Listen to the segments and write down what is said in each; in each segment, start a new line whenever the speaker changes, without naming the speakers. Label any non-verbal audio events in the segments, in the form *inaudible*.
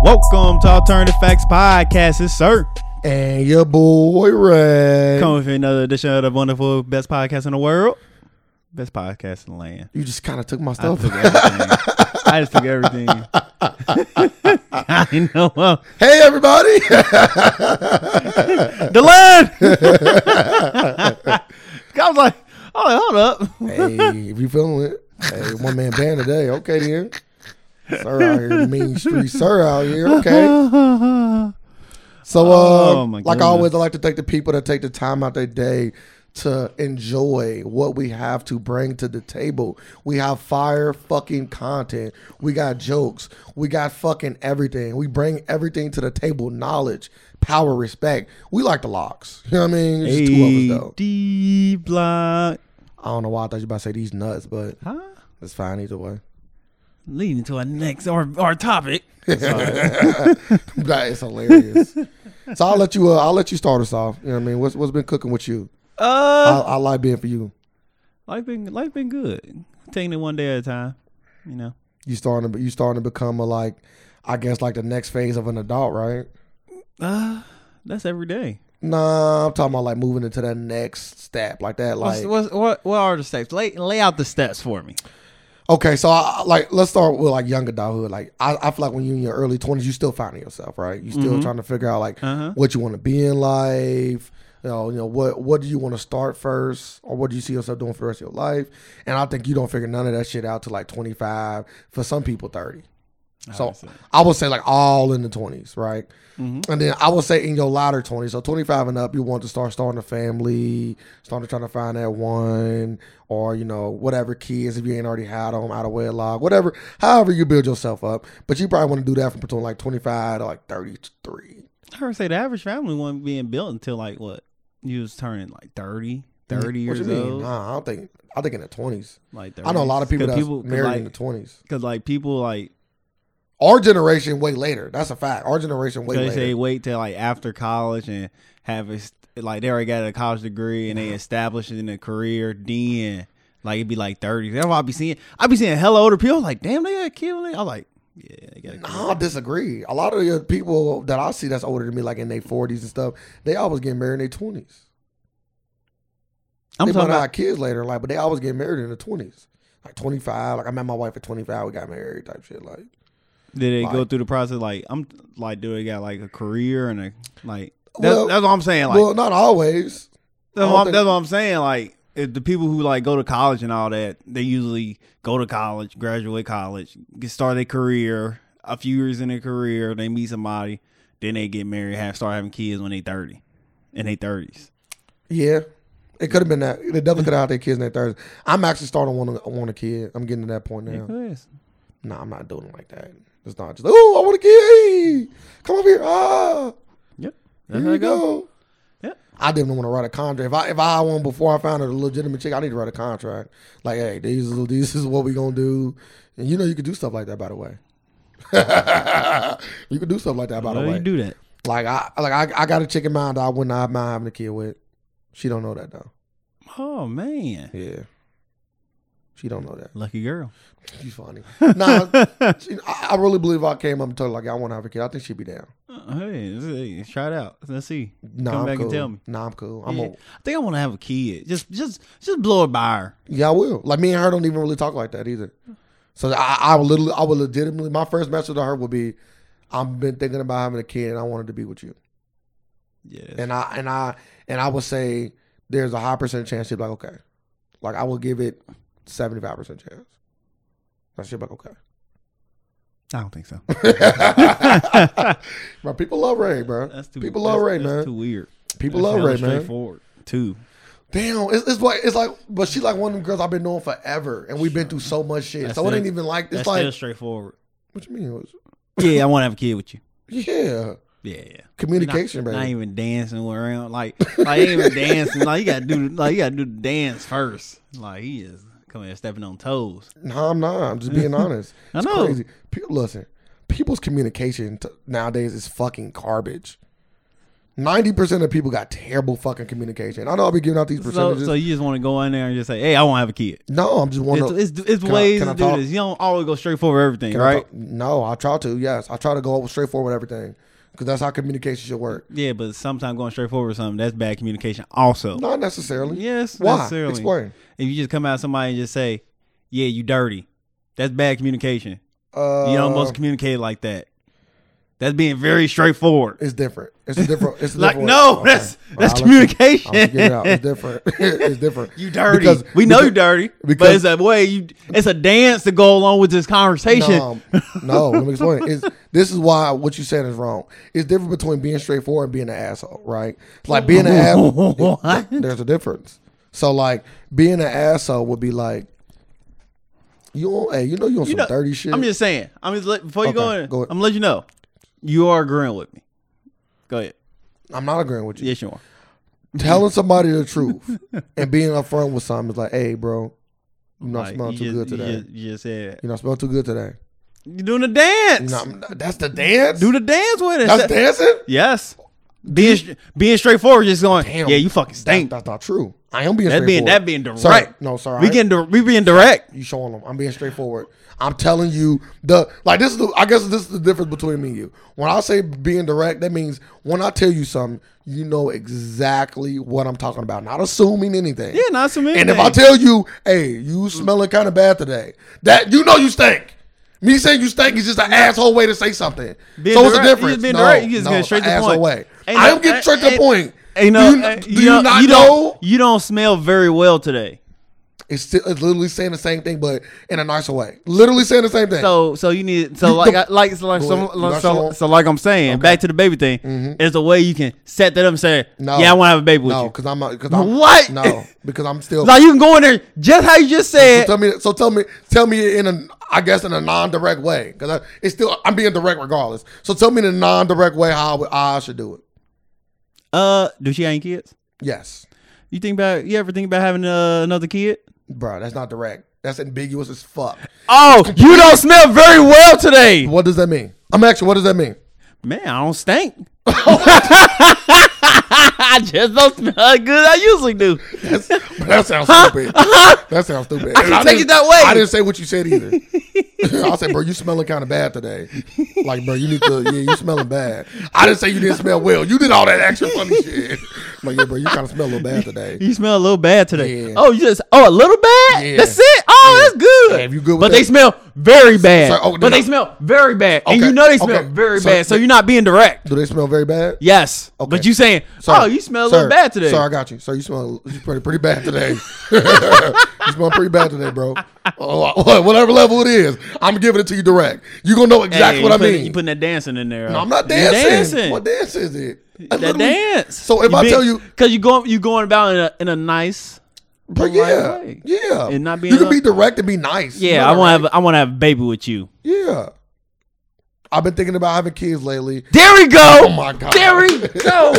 Welcome to Alternative Facts Podcast. It's Sir.
And your boy Ray.
Coming for another edition of the wonderful best podcast in the world. Best podcast in the land.
You just kind of took my
I
stuff.
took everything. I just took
*laughs*
everything. I know. uh,
hey,
*laughs*
everybody.
The land! *laughs* I was like, oh, hold up.
hey, if you feeling it, hey, one man band today. Okay, then. Sir out here, the mean street sir out here. Okay. So, uh,
Oh, my
like
goodness.
always, I like to thank the people that take the time out their day to enjoy what we have to bring to the table. We have fire fucking content. We got jokes. We got fucking everything. We bring everything to the table knowledge, power, respect. We like the locks. You know what I mean? It's just two of us, though.
AD block.
I don't know why I thought you were about to say these nuts, but
Huh?
it's fine either way. *laughs*
Leading to our next, our, our topic.
That is hilarious. so I'll let you. Uh, I'll let you start us off. You know what I mean? What's what's been cooking with you?
Uh,
I, I like being for you.
life been life been good. Taking it one day at a time, you know.
You starting to you starting to become a like, I guess like the next phase of an adult, right?
Uh that's every day.
Nah, I'm talking about like moving into that next step, like that. Like,
what's, what what are the steps? Lay lay out the steps for me.
okay, so I, I- like let's start with like young adulthood. Like, I, I feel like when you're in your early 20s, you still finding yourself, right? You still trying to figure out like
Mm-hmm. Uh-huh.
what you want to be in life. You know, you know what what do you want to start first, or what do you see yourself doing for the rest of your life? And I think you don't figure none of that shit out to like 25. For some people, 30. So
see.
I would say like all in the 20s, right?
mm-hmm.
And then I would say in your latter 20s, so 25 and up, you want to start starting a family, starting to try to find that one, or you know whatever kids if you ain't already had them out of wedlock, whatever. However you build yourself up, but you probably want to do that from between like 25 to like 33.
I heard say the average family wasn't being built until like what? You was turning like 30, 30
What
years
you mean?
old.
Nah, I don't think. I think in the 20s.
Like 30s.
I know a lot of people that's married
like,
in the 20s.
Cause like people like
Our generation way later. That's a fact. Our generation way
they
later.
say wait till like after college and have a, st- like they already got a college degree and they established in a career. Then like it'd be like thirties. That's why I be seeing I be seeing hella older people like damn they got killed. I am like yeah they got a kid.
I disagree. A lot of the people that I see that's older than me, like in their forties and stuff, they always get married in their twenties.
I'm
they might
talking
not
about
have kids later in life, but they always get married in the twenties. Like twenty five. Like I met my wife at twenty five, we got married type shit. Like
did they go
like-
through the process like I'm like do they got like a career and a like that's,
Well-
that's what I'm saying like
Well, not always.
that's, what
I don't
I'm,
think-
that's what I'm saying like if the people who like go to college and all that they usually go to college graduate college get start their career a few years in their career they meet somebody then they get married have start having kids when they 30 in their 30s
Yeah. It could have been that. They
Mm-hmm.
definitely could have had their kids in their thirties. I'm actually starting to want to want a kid. I'm getting to that point
Mm-hmm.
now. Nah, I'm not doing it like that. It's not just oh, I want a kid. Hey, come over here. Ah,
yep that's
here
how
you
it go,
go.
Yeah.
I didn't want to write a contract. If I if I had one before I found a legitimate chick, I need to write a contract. Like, hey, these is this is what we gonna do, and you know you could do stuff like that. By the way, *laughs* you could do stuff like that. By
How
the
do
way,
you do that
like I like I, I got a chick in mind that I would not mind having a kid with. She don't know that though.
oh man
Yeah, she don't know that.
lucky
*laughs*
girl
She's funny.
*laughs*
nah, she, I, I really believe if I came up and told her like I want to have a kid. I think she'd be down.
hey, hey try it out let's see
Nah,
Come
I'm
back and
cool.
tell me.
Nah, I'm cool. I'm
Yeah.
old.
I think I want to have a kid. Just, just, just blow it by her.
Yeah, I will. Like me and her don't even really talk like that either. So I, I would literally, I would legitimately, my first message to her would be, "I've been thinking about having a kid, and I wanted to be with you."
Yeah.
And I and I and I would say there's a high percent chance she'd be like, "Okay," like I will give it seventy five percent chance. And she'd be like,
I don't
*laughs*
think so.
"Okay." bro, people love Ray, bro.
That's too.
people
that's,
love Ray,
that's
man.
Too weird.
people
That's
love
hella
Ray, man.
Straightforward. Too.
Damn, it's, it's like it's like, but she like one of them girls I've been knowing forever, and we've been through so much shit.
That's
so it
still-
ain't even like it's
That's
like
still straightforward.
what you mean?
Yeah, I want to have a kid with you.
Yeah.
Yeah, yeah.
Communication,
not,
baby.
Not even dancing around. Like, like ain't even dancing. Like you got to do. the- Like you got to do the dance first. Like he is coming here stepping on toes.
No, I'm not. I'm just being honest.
*laughs* I
It's
know.
crazy. People, listen, people's communication t- nowadays is fucking garbage. Ninety percent of people got terrible fucking communication. I know I'll be giving out these
So,
percentages.
so you just want to go in there and just say, "Hey, I want to have a kid."
no, I'm just one.
It's
of
it's, it's
Can I-
ways
can I
to do
talk?
this. You don't always go straight forward everything,
Can I
right?
talk- no, I try to. Yes, I try to go straight forward with everything because that's how communication should work.
Yeah, but sometimes going straight forward with something that's bad communication. Also,
Not necessarily.
yes,
Why?
necessarily.
Explain.
If you just come out at somebody and just say, "Yeah, you dirty," that's bad communication.
Uh,
You don't supposed to communicate like that. That's being very straightforward.
It's different. It's a different. It's
*laughs*
a
Like,
different
no,
Okay.
that's
All
that's
right, I'll let you-
communication.
I'll figure it out. It's different. *laughs* it's different.
You dirty.
Because-
we know you
because-
dirty. but
because-
it's a way you it's a dance to go along with this conversation.
No, um, no, let me explain. It's, this is why what you said is wrong. It's different between being straightforward and being an asshole, right?
*laughs*
Like being an *laughs* asshole,
What?
there's a difference. So like being an asshole would be like, you on, hey, you know you on some
know,
dirty shit.
I'm just saying. I'm just let, before you go
Okay,
in,
go ahead.
I'm gonna let you know. You are agreeing with me. Go ahead.
I'm not agreeing with you.
Yes, you are.
Telling
*laughs*
somebody the truth and being upfront with something is like, hey, bro, you're not
Like,
smelling
you
too
just-
good today.
You just, you just said
you're not smelling too good today.
you're doing a dance.
You know, I'm- that's the dance.
Do the dance with it.
that's dancing.
yes. Being str- being straightforward, just going.
Damn.
yeah, you fucking
That,
stink.
that's not true. I am being
That being
straightforward.
that being direct.
Sorry. No, sorry.
We getting di- we being direct.
you showing them. I'm being straightforward. I'm telling you the like this is the I guess this is the difference between me and you. When I say being direct, that means when I tell you something, you know exactly what I'm talking about. Not assuming anything.
Yeah, not so many.
And if I
things.
tell you, hey, you smelling kind of bad today, that you know you stink. Me saying you stink is just an asshole way to say something.
Being
so what's the
direct- you just
difference?
being
no,
direct, you just
no,
getting straight
an
to the
asshole
point.
way.
Ain't
I
no-
am getting straight to the
ain't-
point.
Ain't
do you,
no, uh,
do you
don't-
not
you
know?
Don't, you don't smell very well today.
It's, still, it's literally saying the same thing, but in a nicer way. Literally saying the same thing.
So so you need so like I, like so like,
Go
so,
ahead.
like-
Not
so,
sure.
so like I'm saying back to the baby thing is a way you can set that up and say
Mm-hmm. No.
yeah I want to have a baby with
no,
you.
because I'm not. Cause I'm,
What?
No,
*laughs*
because I'm still.
Now you can go in there just how you just
so
said.
tell me. So tell me. Tell me in a. I guess in a non-direct way, because it's still. I'm being direct regardless. So tell me in a non-direct way how I, would- how I should do it.
Uh, do she have any kids?
Yes,
You think about you ever think about having uh, another kid?
bro. That's not direct. That's ambiguous as fuck.
Oh, you don't smell very well today.
What does that mean? I'm actually. What does that mean?
Man, I don't stink. *laughs* I just don't smell good. I usually do.
That's, that sounds stupid. that sounds stupid. And I
Uh-huh. take
didn't-
it that way.
I didn't say what you said either.
*laughs*
I said, bro, you smelling kind of bad today. Like, bro, you need to. Yeah, you smelling bad. I didn't say you didn't smell well. You did all that
*laughs*
extra funny shit. Like, yeah, bro, you kind of smell a little bad today.
You smell a little bad today.
Yeah.
Oh, you just oh a little bad.
Yeah.
That's it. Oh, that's good.
Yeah, if you good with
but they
that-
smell very bad.
So- oh,
but they
no.
smell very bad, and
Okay,
you know they smell
okay.
very
So-
bad. So you're not being direct.
Do they smell very bad?
Yes, but you saying
Sir,
oh you smell a
sir,
little bad today.
Sir, I got you. Sir, you smell you smell pretty bad today. *laughs* you smell pretty bad today, bro. Oh, *laughs* whatever level it is, I'm giving it to you direct. You gonna know exactly
Hey,
what
you
I
putting-
mean.
You putting that dancing in there.
No,
huh?
I'm not
You
dancing.
dancing.
What dance is it? That's
that
literally-
dance.
So if I tell you-
because you going you going about in a, in a nice,
But
polite
yeah,
way.
yeah.
And not
you
being
can
a-
be direct and be nice. You
Yeah, I
know that,
want to have I want to have a baby with you.
right? Yeah. I've been thinking about having kids
*laughs*
lately. *laughs*
There we go.
Oh my God.
There we
*laughs*
go.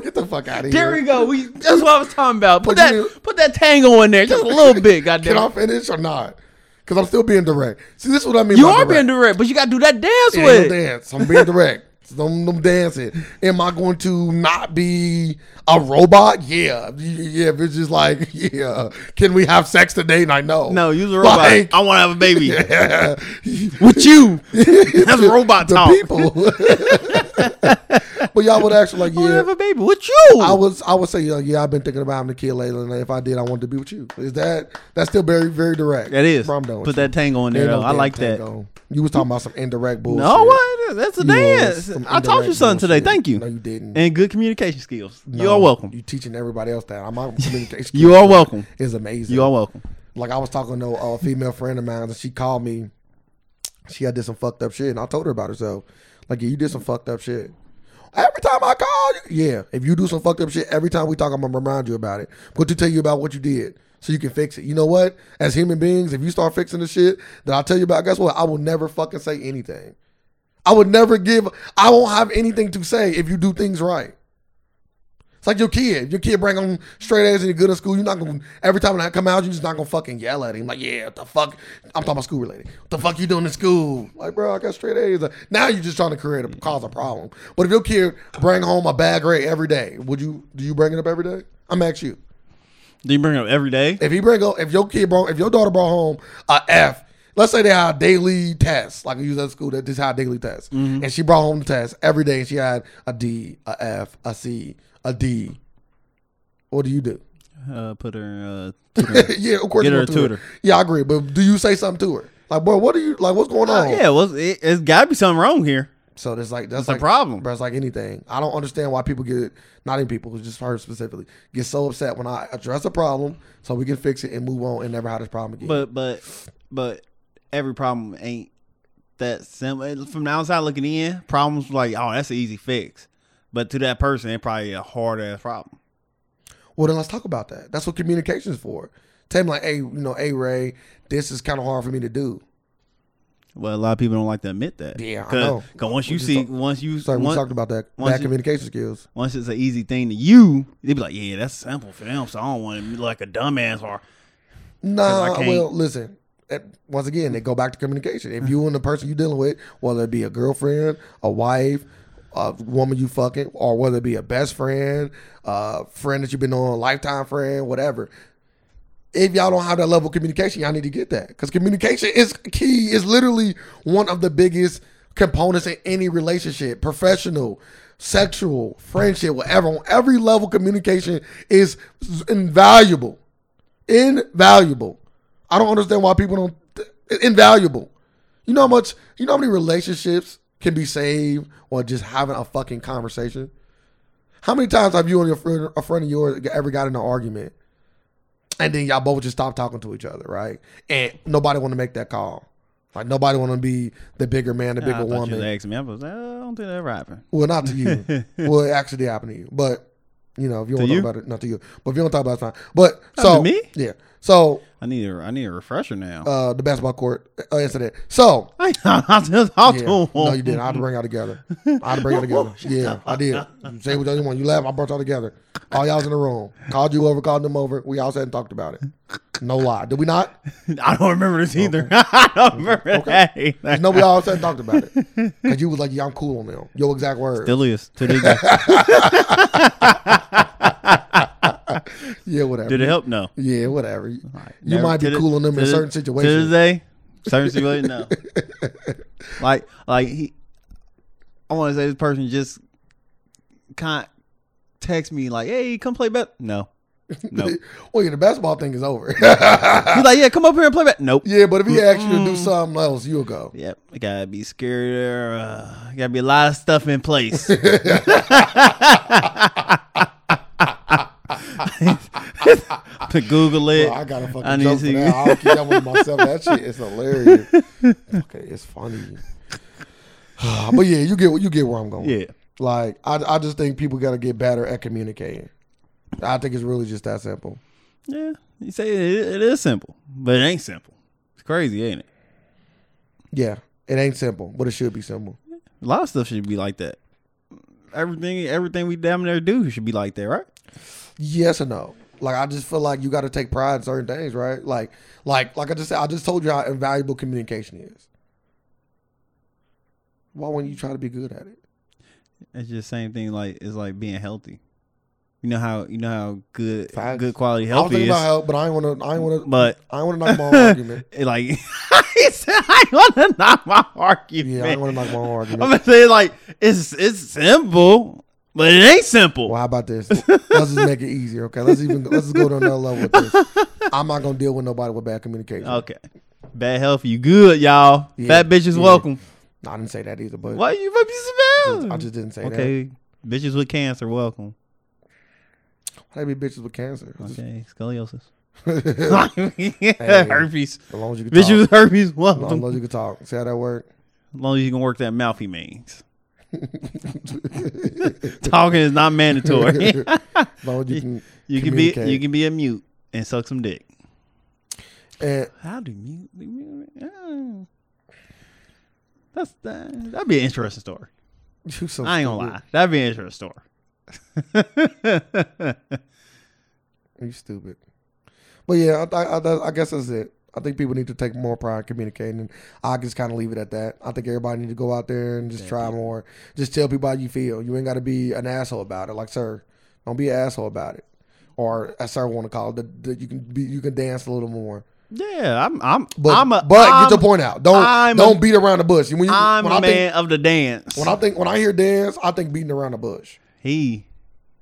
Get the fuck out of here.
There we go. We that's what I was talking about. Put
But
that
you
put that tango in there just a
*laughs*
little bit. Goddamn.
Can I
it.
finish or not? Because I'm still being direct. See, this is what I mean.
You
by
are
direct.
being direct, but you gotta do that dance
Ain't
with.
no
it.
dance. I'm
*laughs*
being direct. I'm, dancing. Am I going to not be a robot? Yeah, Y- yeah. If it's just like, *laughs* yeah, can we have sex today? And I know.
No, use a robot.
Like,
I want to have a
*laughs*
baby *laughs*
yeah.
with
*laughs*
you. That's robot
the
talk.
people.
*laughs*
but y'all would actually
I
like,
want to have
yeah.
a baby with you.
I was I would say yeah, yeah I've been thinking about having a kid lately and if I did I wanted to be with you. Is that that's still very very direct.
that is.
Bro, I'm done with
Put
you.
that tango in there.
Ain't no
though. I
damn
like that.
tango. You was talking about some indirect bullshit.
No, what? That's a
You know,
dance.
some
I taught you
indirect
something today.
bullshit.
Thank you.
No, you didn't.
And good communication skills. You
No,
are welcome.
You teaching everybody else that. I'm out
*laughs*
communication.
You are welcome.
is amazing.
You are welcome.
like I was talking to a female friend of mine, and she called me. She had did some fucked up shit, and I told her about herself. Like, yeah, you did some fucked up shit. Every time I call you, yeah. If you do some fucked up shit, every time we talk, I'm gonna remind you about it. But to tell you about what you did, so you can fix it. You know what? As human beings, if you start fixing the shit that I tell you about, guess what? I will never fucking say anything. I would never give. I won't have anything to say if you do things right. It's like your kid. Your kid bring home straight A's and you're good at school. You're not gonna every time I come out, you're just not gonna fucking yell at him. Like, yeah, what the fuck? I'm talking about school related. What the fuck you doing in school? Like, bro, I got straight A's. Like, Now you're just trying to create a cause a problem. But if your kid bring home a bad grade every day, would you do you bring it up every day? I'm ask you.
Do you bring it up every day?
If he bring home, if your kid brought, if your daughter brought home a F, let's say they had a daily test, like we use at school that just had daily tests,
Mm-hmm.
and she brought home the test every day, and she had a D, a F, a C, a D. What do you do?
Uh, put her. Uh, tutor.
*laughs* yeah, of course.
Get
you
her
go
a
through it.
tutor.
Yeah, I agree. But do you say something to her? Like, boy, what are you like? What's going on?
Uh, yeah, well, it, it's got to be something wrong here.
So that's like that's
a
like,
problem.
Bro, it's like anything. I don't understand why people get not even people, just her specifically get so upset when I address a problem so we can fix it and move on and never have this problem again.
But but but every problem ain't that simple. From the outside looking in, problems like oh that's an easy fix, but to that person it probably a hard ass problem.
Well, then let's talk about that. That's what communication is for. Tell him like, hey, you know, hey Ray, this is kind of hard for me to do.
Well, a lot of people don't like to admit that.
Yeah, I
Cause,
know.
'cause once
We
you
just
see,
talk-
once you
Sorry, we
once,
talked about that.
once
Bad
you-
communication skills.
once it's an easy thing to you, they be like, yeah, that's simple for them. So I don't want to be like a dumbass or I
Nah,
can't-
well, listen. eh, Once again, they go back to communication.
Mm-hmm.
If you and the person you're dealing with, whether it be a girlfriend, a wife, a woman you fucking, or whether it be a best friend, a friend that you've been on, a lifetime friend, whatever. If y'all don't have that level of communication, y'all need to get that because communication is key. Is literally one of the biggest components in any relationship, professional, sexual, friendship, whatever. On every level, communication is invaluable invaluable. I don't understand why people don't th- invaluable. You know how much you know how many relationships can be saved or just having a fucking conversation. How many times have you and your friend, a friend of yours ever got in an argument, and then y'all both just stopped talking to each other, right? And nobody want to make that call. Like nobody want to be the bigger man, the
I
bigger
thought you
woman.
was asking me. I was like, oh, I don't think that ever happened.
Well, not to
*laughs*
you. well, it actually happened to you. But you know, if you don't
To
talk
you?
about it, not to you. But if you don't talk about it, it's fine. But
Not
so
to me?
yeah. So
I need a I need a refresher now.
uh, the basketball court uh, incident. So,
*laughs* I, I just talked
yeah.
to him.
no, you didn't. I had to bring y'all together. I had to bring y'all together.
*laughs*
Yeah, I did. You say what you want. You laugh. I brought y'all together. All y'all was in the room. Called you over. Called them over. We all sat and talked about it. No lie. Did we not?
*laughs* I don't remember this either. *laughs* I don't remember that either.
No, we all sat and talked about it. Cause you was like, "Yeah, I'm cool on them." Your exact words.
Still is to this day.
yeah, whatever.
Did it help? No.
Yeah, whatever. *laughs* You
Never-
might be
to the-
cool on them
to
in
the-
certain
To this
situations.
day,
*laughs*
certain situations, no. like, like he, I want to say this person just can't text me like, "Hey, come play bet." No, no.
*laughs*
He's
Well, yeah, the basketball thing is over. *laughs*
like, "Yeah, come up here and play bet." Nope.
yeah, but if
Mm.
he asked you to do something else, you'll go.
Yep, it gotta be scarier. Uh, gotta be a lot of stuff in
*laughs*
place. Google it.
Bro, Oh, I got a fucking
I need
joke
to
for
see-
that. I'll keep that one to myself. That shit is hilarious. okay, it's funny. *sighs* but yeah, you get you get where I'm going.
*laughs* Yeah.
Like I I just think people gotta get better at communicating. I think it's really just that simple.
Yeah, you say it, it is simple, but it ain't simple. It's crazy, ain't it?
Yeah. It ain't simple, but it should be simple.
A lot of stuff should be like that. Everything, everything we damn near do should be like that, right?
Yes and no. Like I just feel like you gotta take pride in certain things, right? Like like like I just said, I just told you how invaluable communication is. Why wouldn't you try to be good at it?
It's just same thing. Like it's like being healthy. You know how you know how good
Facts.
good quality
I was
health
thinking
is,
about help, but I ain't wanna I ain't wanna
but
I want to knock my
*laughs*
own argument.
it like he said, I want to knock my argument.
Yeah, I want to knock my own
I'm
argument.
gonna say like it's it's simple, but it ain't simple.
Well, how about this? Let's just make it easier, okay? Let's even let's just go to another level with this.
*laughs*
I'm not gonna deal with nobody with bad communication.
Okay, bad health, you good, y'all.
Yeah,
Fat bitches,
yeah.
welcome.
No, I didn't say that either, but
Why you rub your smell?
I just didn't say
okay, bitches with cancer, welcome.
that. Why they be bitches with cancer? Just-
Okay,
*laughs*
scoliosis, *laughs*
as
herpes,
long as you can
bitches
talk.
with herpes,
As long
welcome.
as you can talk. See how
*laughs*
that work?
As long as you can work that mouth, he
*laughs*
means. *laughs* Talking is not mandatory.
*laughs* As long as you can.
you can be you
communicate.
can be a mute and suck some dick.
And *laughs*
How do mute? do mute- uh,
Ah.
That's that. That'd be an interesting story.
you so
I ain't gonna
stupid.
lie. That'd be an interesting story. *laughs*
You stupid. But yeah, I, I, I, I guess that's it. I think people need to take more pride in communicating. And I just kind of leave it at that. I think everybody need to go out there and just try more. Just tell people how you feel. You ain't got to be an asshole about it. Like, sir, don't be an asshole about it. Or as sir want to call it, that, that you can be, you can dance a little more.
yeah, I'm. I'm.
But
I'm a.
but
I'm,
get your point out. Don't
I'm a-
don't beat around the bush. When you,
I'm
when
a
I
man
think
of the dance.
when I think when I hear dance, I think beating around the bush.
he,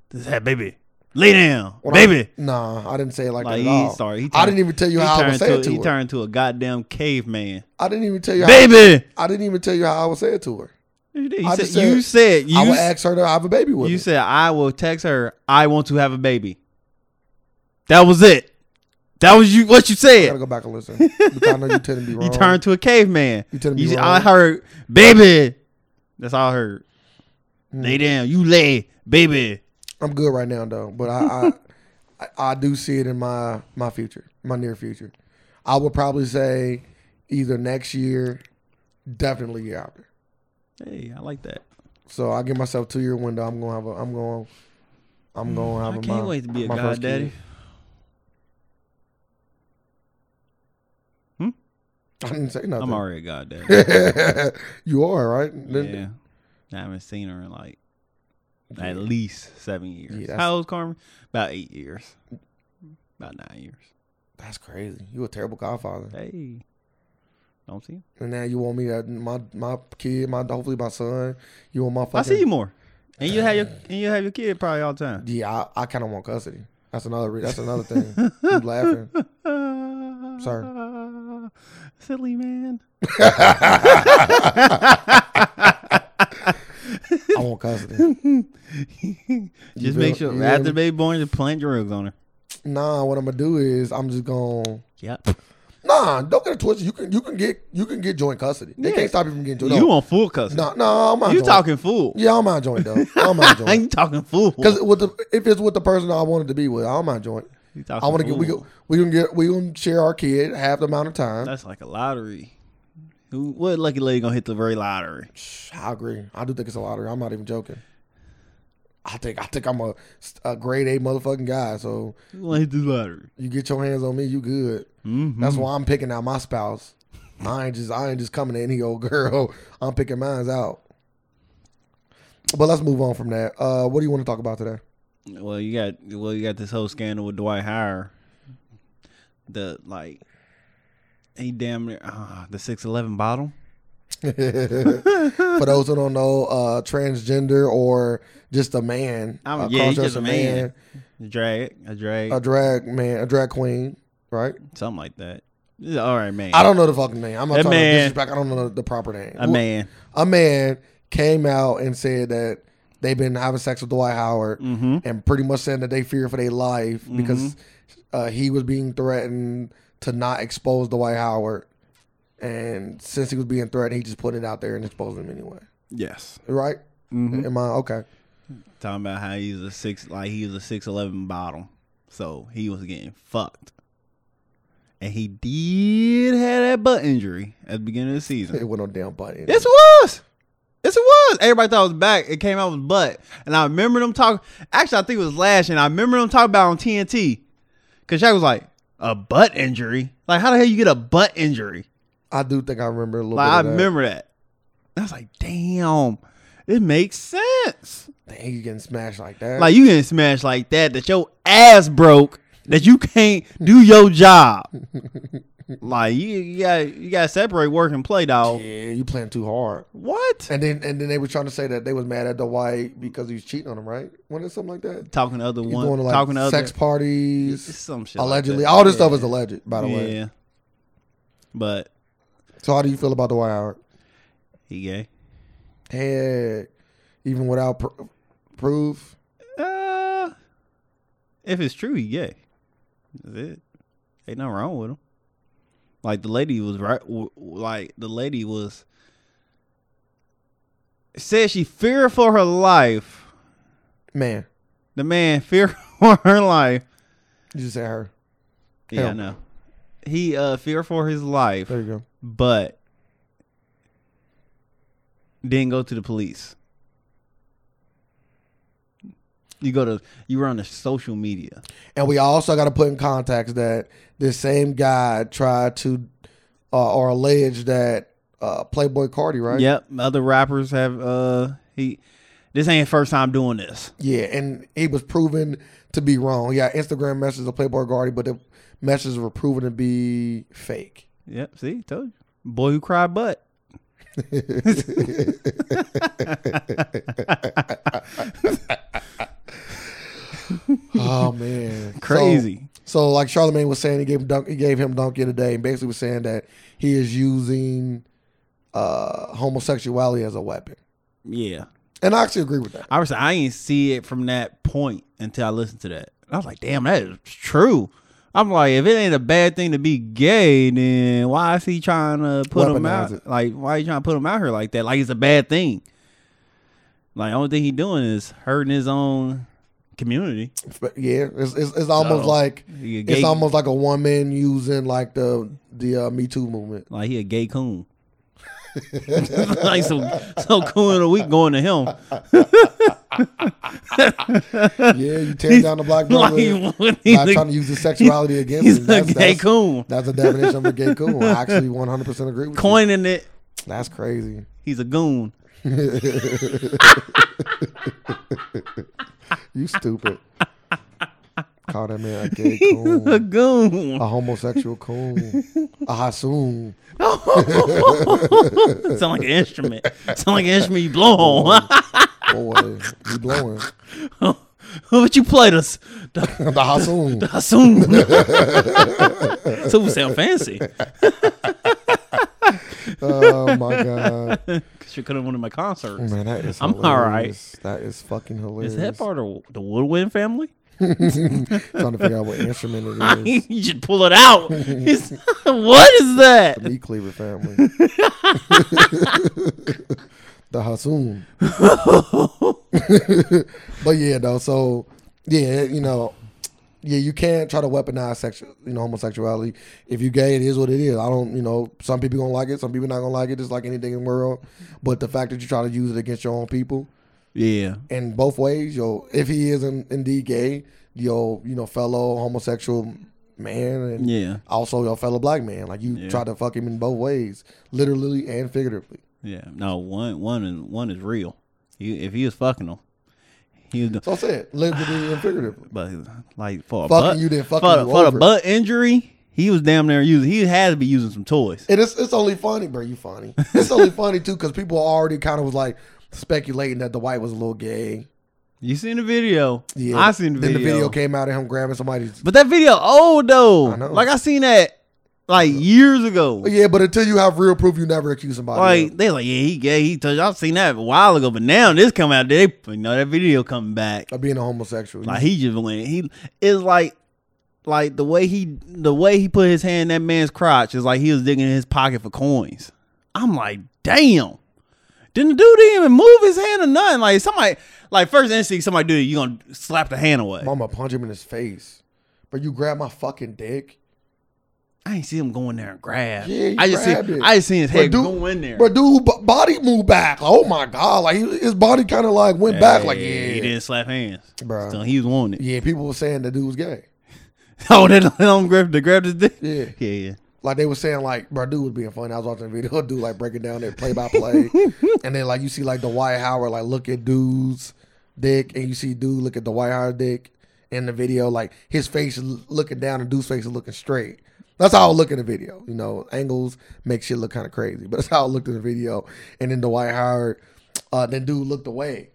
this that baby, lay down,
When I-
baby.
nah, I didn't say it like,
Like,
that
he-
at all.
sorry, he
I
turned-
didn't even tell you how I
turned
was saying
to,
to
he
her.
turned into a goddamn caveman.
I didn't even tell you. How,
Baby,
I didn't even tell you how I was saying to her.
you did. You
I
said,
just
you said you
I would
s-
ask her to have a baby with
you
me.
said I will text her. I want to have a baby. That was it. That was you. What you
I gotta
said.
go back and listen. Because I know you tend to be
*laughs*
wrong.
You turned to a caveman.
You tell me
You-
wrong.
I heard baby. That's all I heard.
Hmm.
Lay down. You lay, baby.
I'm good right now though, but I, *laughs* I I I do see it in my my future, my near future. I would probably say either next year, definitely year after.
Hey, I like that.
So I give myself two year window. I'm gonna have a. I'm going. I'm gonna
Mm, I
have a.
can't
my-
wait to be a
my first
goddaddy.
kid. I didn't say nothing.
I'm already a
*laughs*
goddaddy.
you are right. Then-
yeah, I haven't seen her in like at least seven years.
Yeah, that's-
How old Carmen? About eight years. About nine years.
That's crazy. You a terrible godfather.
Hey, don't see. Him.
And now you want me to my my kid, my hopefully my son. You want my fucking.
I see you more, and you have your and you have your kid probably all the
*laughs*
time.
Yeah, I, I kind of want custody. That's another. Re- that's another thing.
*laughs*
you laughing.
Sorry, silly man.
I want custody.
Just
feel-
make sure
*laughs* you
after the
feel
baby born, just plant drugs on her.
Nah, what I'm gonna do is I'm just gonna.
Yep.
Nah, don't get it twisted. You can you can get you can get joint custody. They
Yeah.
can't stop you from getting joint.
You
No,
on full custody?
nah, nah, I'm not.
you
joint.
talking fool?
Yeah, I'm not joint though.
*laughs*
I'm
I
not
*laughs*
joint.
ain't talking
*laughs*
fool.
Because with the if it's with the person I wanted to be with, I'm not joint.
You
I
talking
want to get we
fool.
go, we gonna get we gonna share our kid half the amount of time.
That's like a lottery. Who? What lucky lady gonna hit the very lottery?
Shh, I agree. I do think it's a lottery. I'm not even joking. I think I think I'm a, a grade A motherfucking guy. So
Who gonna hit the lottery?
you get your hands on me, you good.
Mhm.
That's why I'm picking out my spouse. I ain't just I ain't just coming to any old girl. *laughs* I'm picking mine's out. But let's move on from that. Uh, what do you want to talk about today? *laughs*
Well, you got well, you got this whole scandal with Dwight Howard. The like, he damn near uh, the six eleven bottle.
For those who don't know, uh, transgender or just a man,
I'm- yeah,
uh,
he's
cross-dresser
just a man. Drag a drag,
a drag man, a drag queen, right?
something like that. Yeah, All right, man.
I don't know the fucking name. I'm not
A
trying
man.
to disrespect. I don't know the proper name.
a man.
A man came out and said that they've been having sex with Dwight Howard
Mm-hmm.
and pretty much saying that they fear for their life because uh, he was being threatened to not expose Dwight Howard. And since he was being threatened, he just put it out there and exposed him anyway.
Yes.
Right? Am I okay?
Mm-hmm. Talking about how he's a six, like he was a six eleven bottom, so he was getting fucked, and he did have that butt injury at the beginning of the season.
It went on down button.
Yes, it was. Yes, it was. Everybody thought it was back. It came out with butt. And I remember them talking. Actually, I think it was Lash, and I remember them talking about it on TNT. Because Shaq was like, a butt injury? Like, how the hell you get a butt injury?
I do think I remember a little
Like, I
bit. of that.
remember that. And I was like, damn, it makes sense.
Dang, you getting smashed like that.
Like, you getting smashed like that, that your ass broke, that you can't do your
*laughs*
job. like, you, you got you gotta separate work and play, dog.
yeah, you playing too hard.
What?
And then and then they were trying to say that they was mad at Dwight because he was cheating on him, right? Wasn't it something like that?
Talking to other
He's
one,
going to like
talking to other
sex parties.
some shit like
Allegedly.
that.
All this stuff is alleged, by the way.
yeah but
So how do you feel about Dwight Howard?
he gay
Heck, even without pr- proof.
uh if it's true he gay that's it ain't nothing wrong with him like the lady was right w- w- like the lady was said she feared for her life
Man,
the man feared *laughs* for her life
you just said her.
yeah i
Hell.
know he uh feared for his life
There you go.
but didn't go to the police. You go to you run the social media.
And we also got to put in context that this same guy tried to uh, or alleged that uh, Playboy Cardi, right?
Yep. Other rappers have uh he this ain't first time doing this.
Yeah, and he was proven to be wrong. Yeah, Instagram messages of Playboy Cardi, but the messages were proven to be
*laughs*
fake.
Yep, see, told you. Boy who cried butt.
Oh man, So-
Crazy.
So, like Charlemagne was saying, he gave him dunk, he gave him donkey today, and basically was saying that he is using uh, homosexuality as a weapon.
yeah.
And I actually agree with that.
I was I didn't see it from that point until I listened to that. I was like, damn, that is true. I'm like, if it ain't a bad thing to be gay, then why is he trying to put him out?
Weaponize it.
Like, why you trying to put him out here like that? Like, it's a bad thing. Like, only thing he doing is hurting his own community.
But yeah, it's it's, it's almost
So,
like
he a
it's
gay-
almost like a woman using like the the uh, Me Too
*laughs*
movement.
Like, he a gay coon. *laughs* like, some some coon of the week going to him.
Yeah, you tear down the black
*laughs*
brother
like, when *laughs* he's
by
a-
trying to use his sexuality against
he's
him.
a
That's,
gay
that's,
coon.
that's the definition of a gay coon. I actually 100 percent agree with you.
Coining it,
That's crazy.
he's a goon. *laughs*
You stupid. Call that man a gay coon.
A goon.
a homosexual coon, a hassoon.
*laughs* Sound like an instrument. Sound like an instrument you blow on. *laughs*
Boy, you blowing
but you played us.
the hassoon.
*laughs* Assume. so we sound fancy.
Oh my god,
Because you could have won my concerts.
man, that is.
I'm
hilarious.
all right.
That is fucking hilarious.
Is that part of the Woodwind family?
Trying to figure out what instrument
*laughs*
it is.
you should pull it out. It's- *laughs* what is that?
Me Cleaver family. the hassoon. but yeah, though. So yeah, you know. Yeah, you can't try to weaponize sexual, you know, homosexuality. If you gay, it is what it is. I don't, you know, some people gonna like it, some people not gonna like it. Just like anything in the world. But the fact that you try to use it against your own people
Yeah.
in both ways, yo, if he is in, indeed gay, yo, you know, fellow homosexual man, and
Yeah.
also your fellow black man. Like you try to fuck him in both ways, literally and figuratively.
Yeah. No, one one is one is real. He, if he was fucking them, he was.
So I said, literally and figuratively.
But like for a
Fucking
butt,
you, then
for,
fucking you
for
over.
a butt injury, he was damn near using. He had to be using some toys.
And it's it's only funny, bro. You funny.
*laughs*
It's only funny too because people already kind of was like speculating that the white was a little gay.
You seen the video? I seen the
Then
video.
the video came out of him grabbing somebody's.
But that video old though.
know.
Like I seen that like years ago.
But yeah, but until you have real proof, you never accuse somebody. of-
Like they like yeah he gay he touched. I've seen that a while ago, but now this come out they you know that video coming back.
of being a homosexual.
Like he just went he it's like like the way he the way he put his hand in that man's crotch is like he was digging in his pocket for coins. I'm like damn. Didn't the dude even move his hand or nothing. Like somebody, like first instinct, somebody do it, you gonna slap the hand away.
Mama punch him in his face. But you grab my fucking dick.
I ain't see him going there and grab.
Yeah, you
I just see,
grabbed it.
I just seen his
But
head
dude-
go in there.
But dude, b- body moved back. Oh my god! Like he- his body kind of like went back. Like yeah,
Hey, he didn't slap hands.
Bruh.
So he was wanted.
yeah. People were saying the dude was gay.
Oh, they don't, they don't grab they grabbed his dick.
Yeah.
yeah, yeah.
Like they were saying, like, bro, dude was being funny. I was watching a video, *laughs* dude like breaking down their play by
*laughs*
play. And then like you see like the Dwight Howard like look at dude's dick and you see dude look at the Dwight Howard dick in the video, like his face is l- looking down and dude's face is looking straight. That's how I look in the video. You know, angles make shit look kind of crazy. But that's how I looked in the video. And then Dwight Howard, uh, then dude looked away.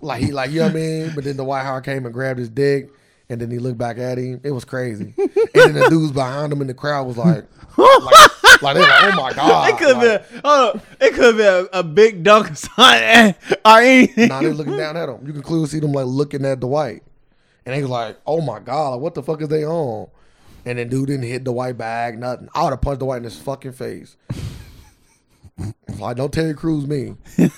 Like he like, you know what I mean? But then the White Howard came and grabbed his dick and then he looked back at him. It was crazy. And then the dudes behind him in the crowd was like, like, like they like, oh my God.
It could
like,
be, hold up, it could be a, a big dunk or something *laughs* or anything.
Now they looking down at him. You can clearly see them like looking at Dwight. And they was like, oh my God, like, what the fuck is they on? And then dude didn't hit the white bag, nothing. I would have punched the white in his fucking face. It's Like, don't Terry Crews me. *laughs* I'm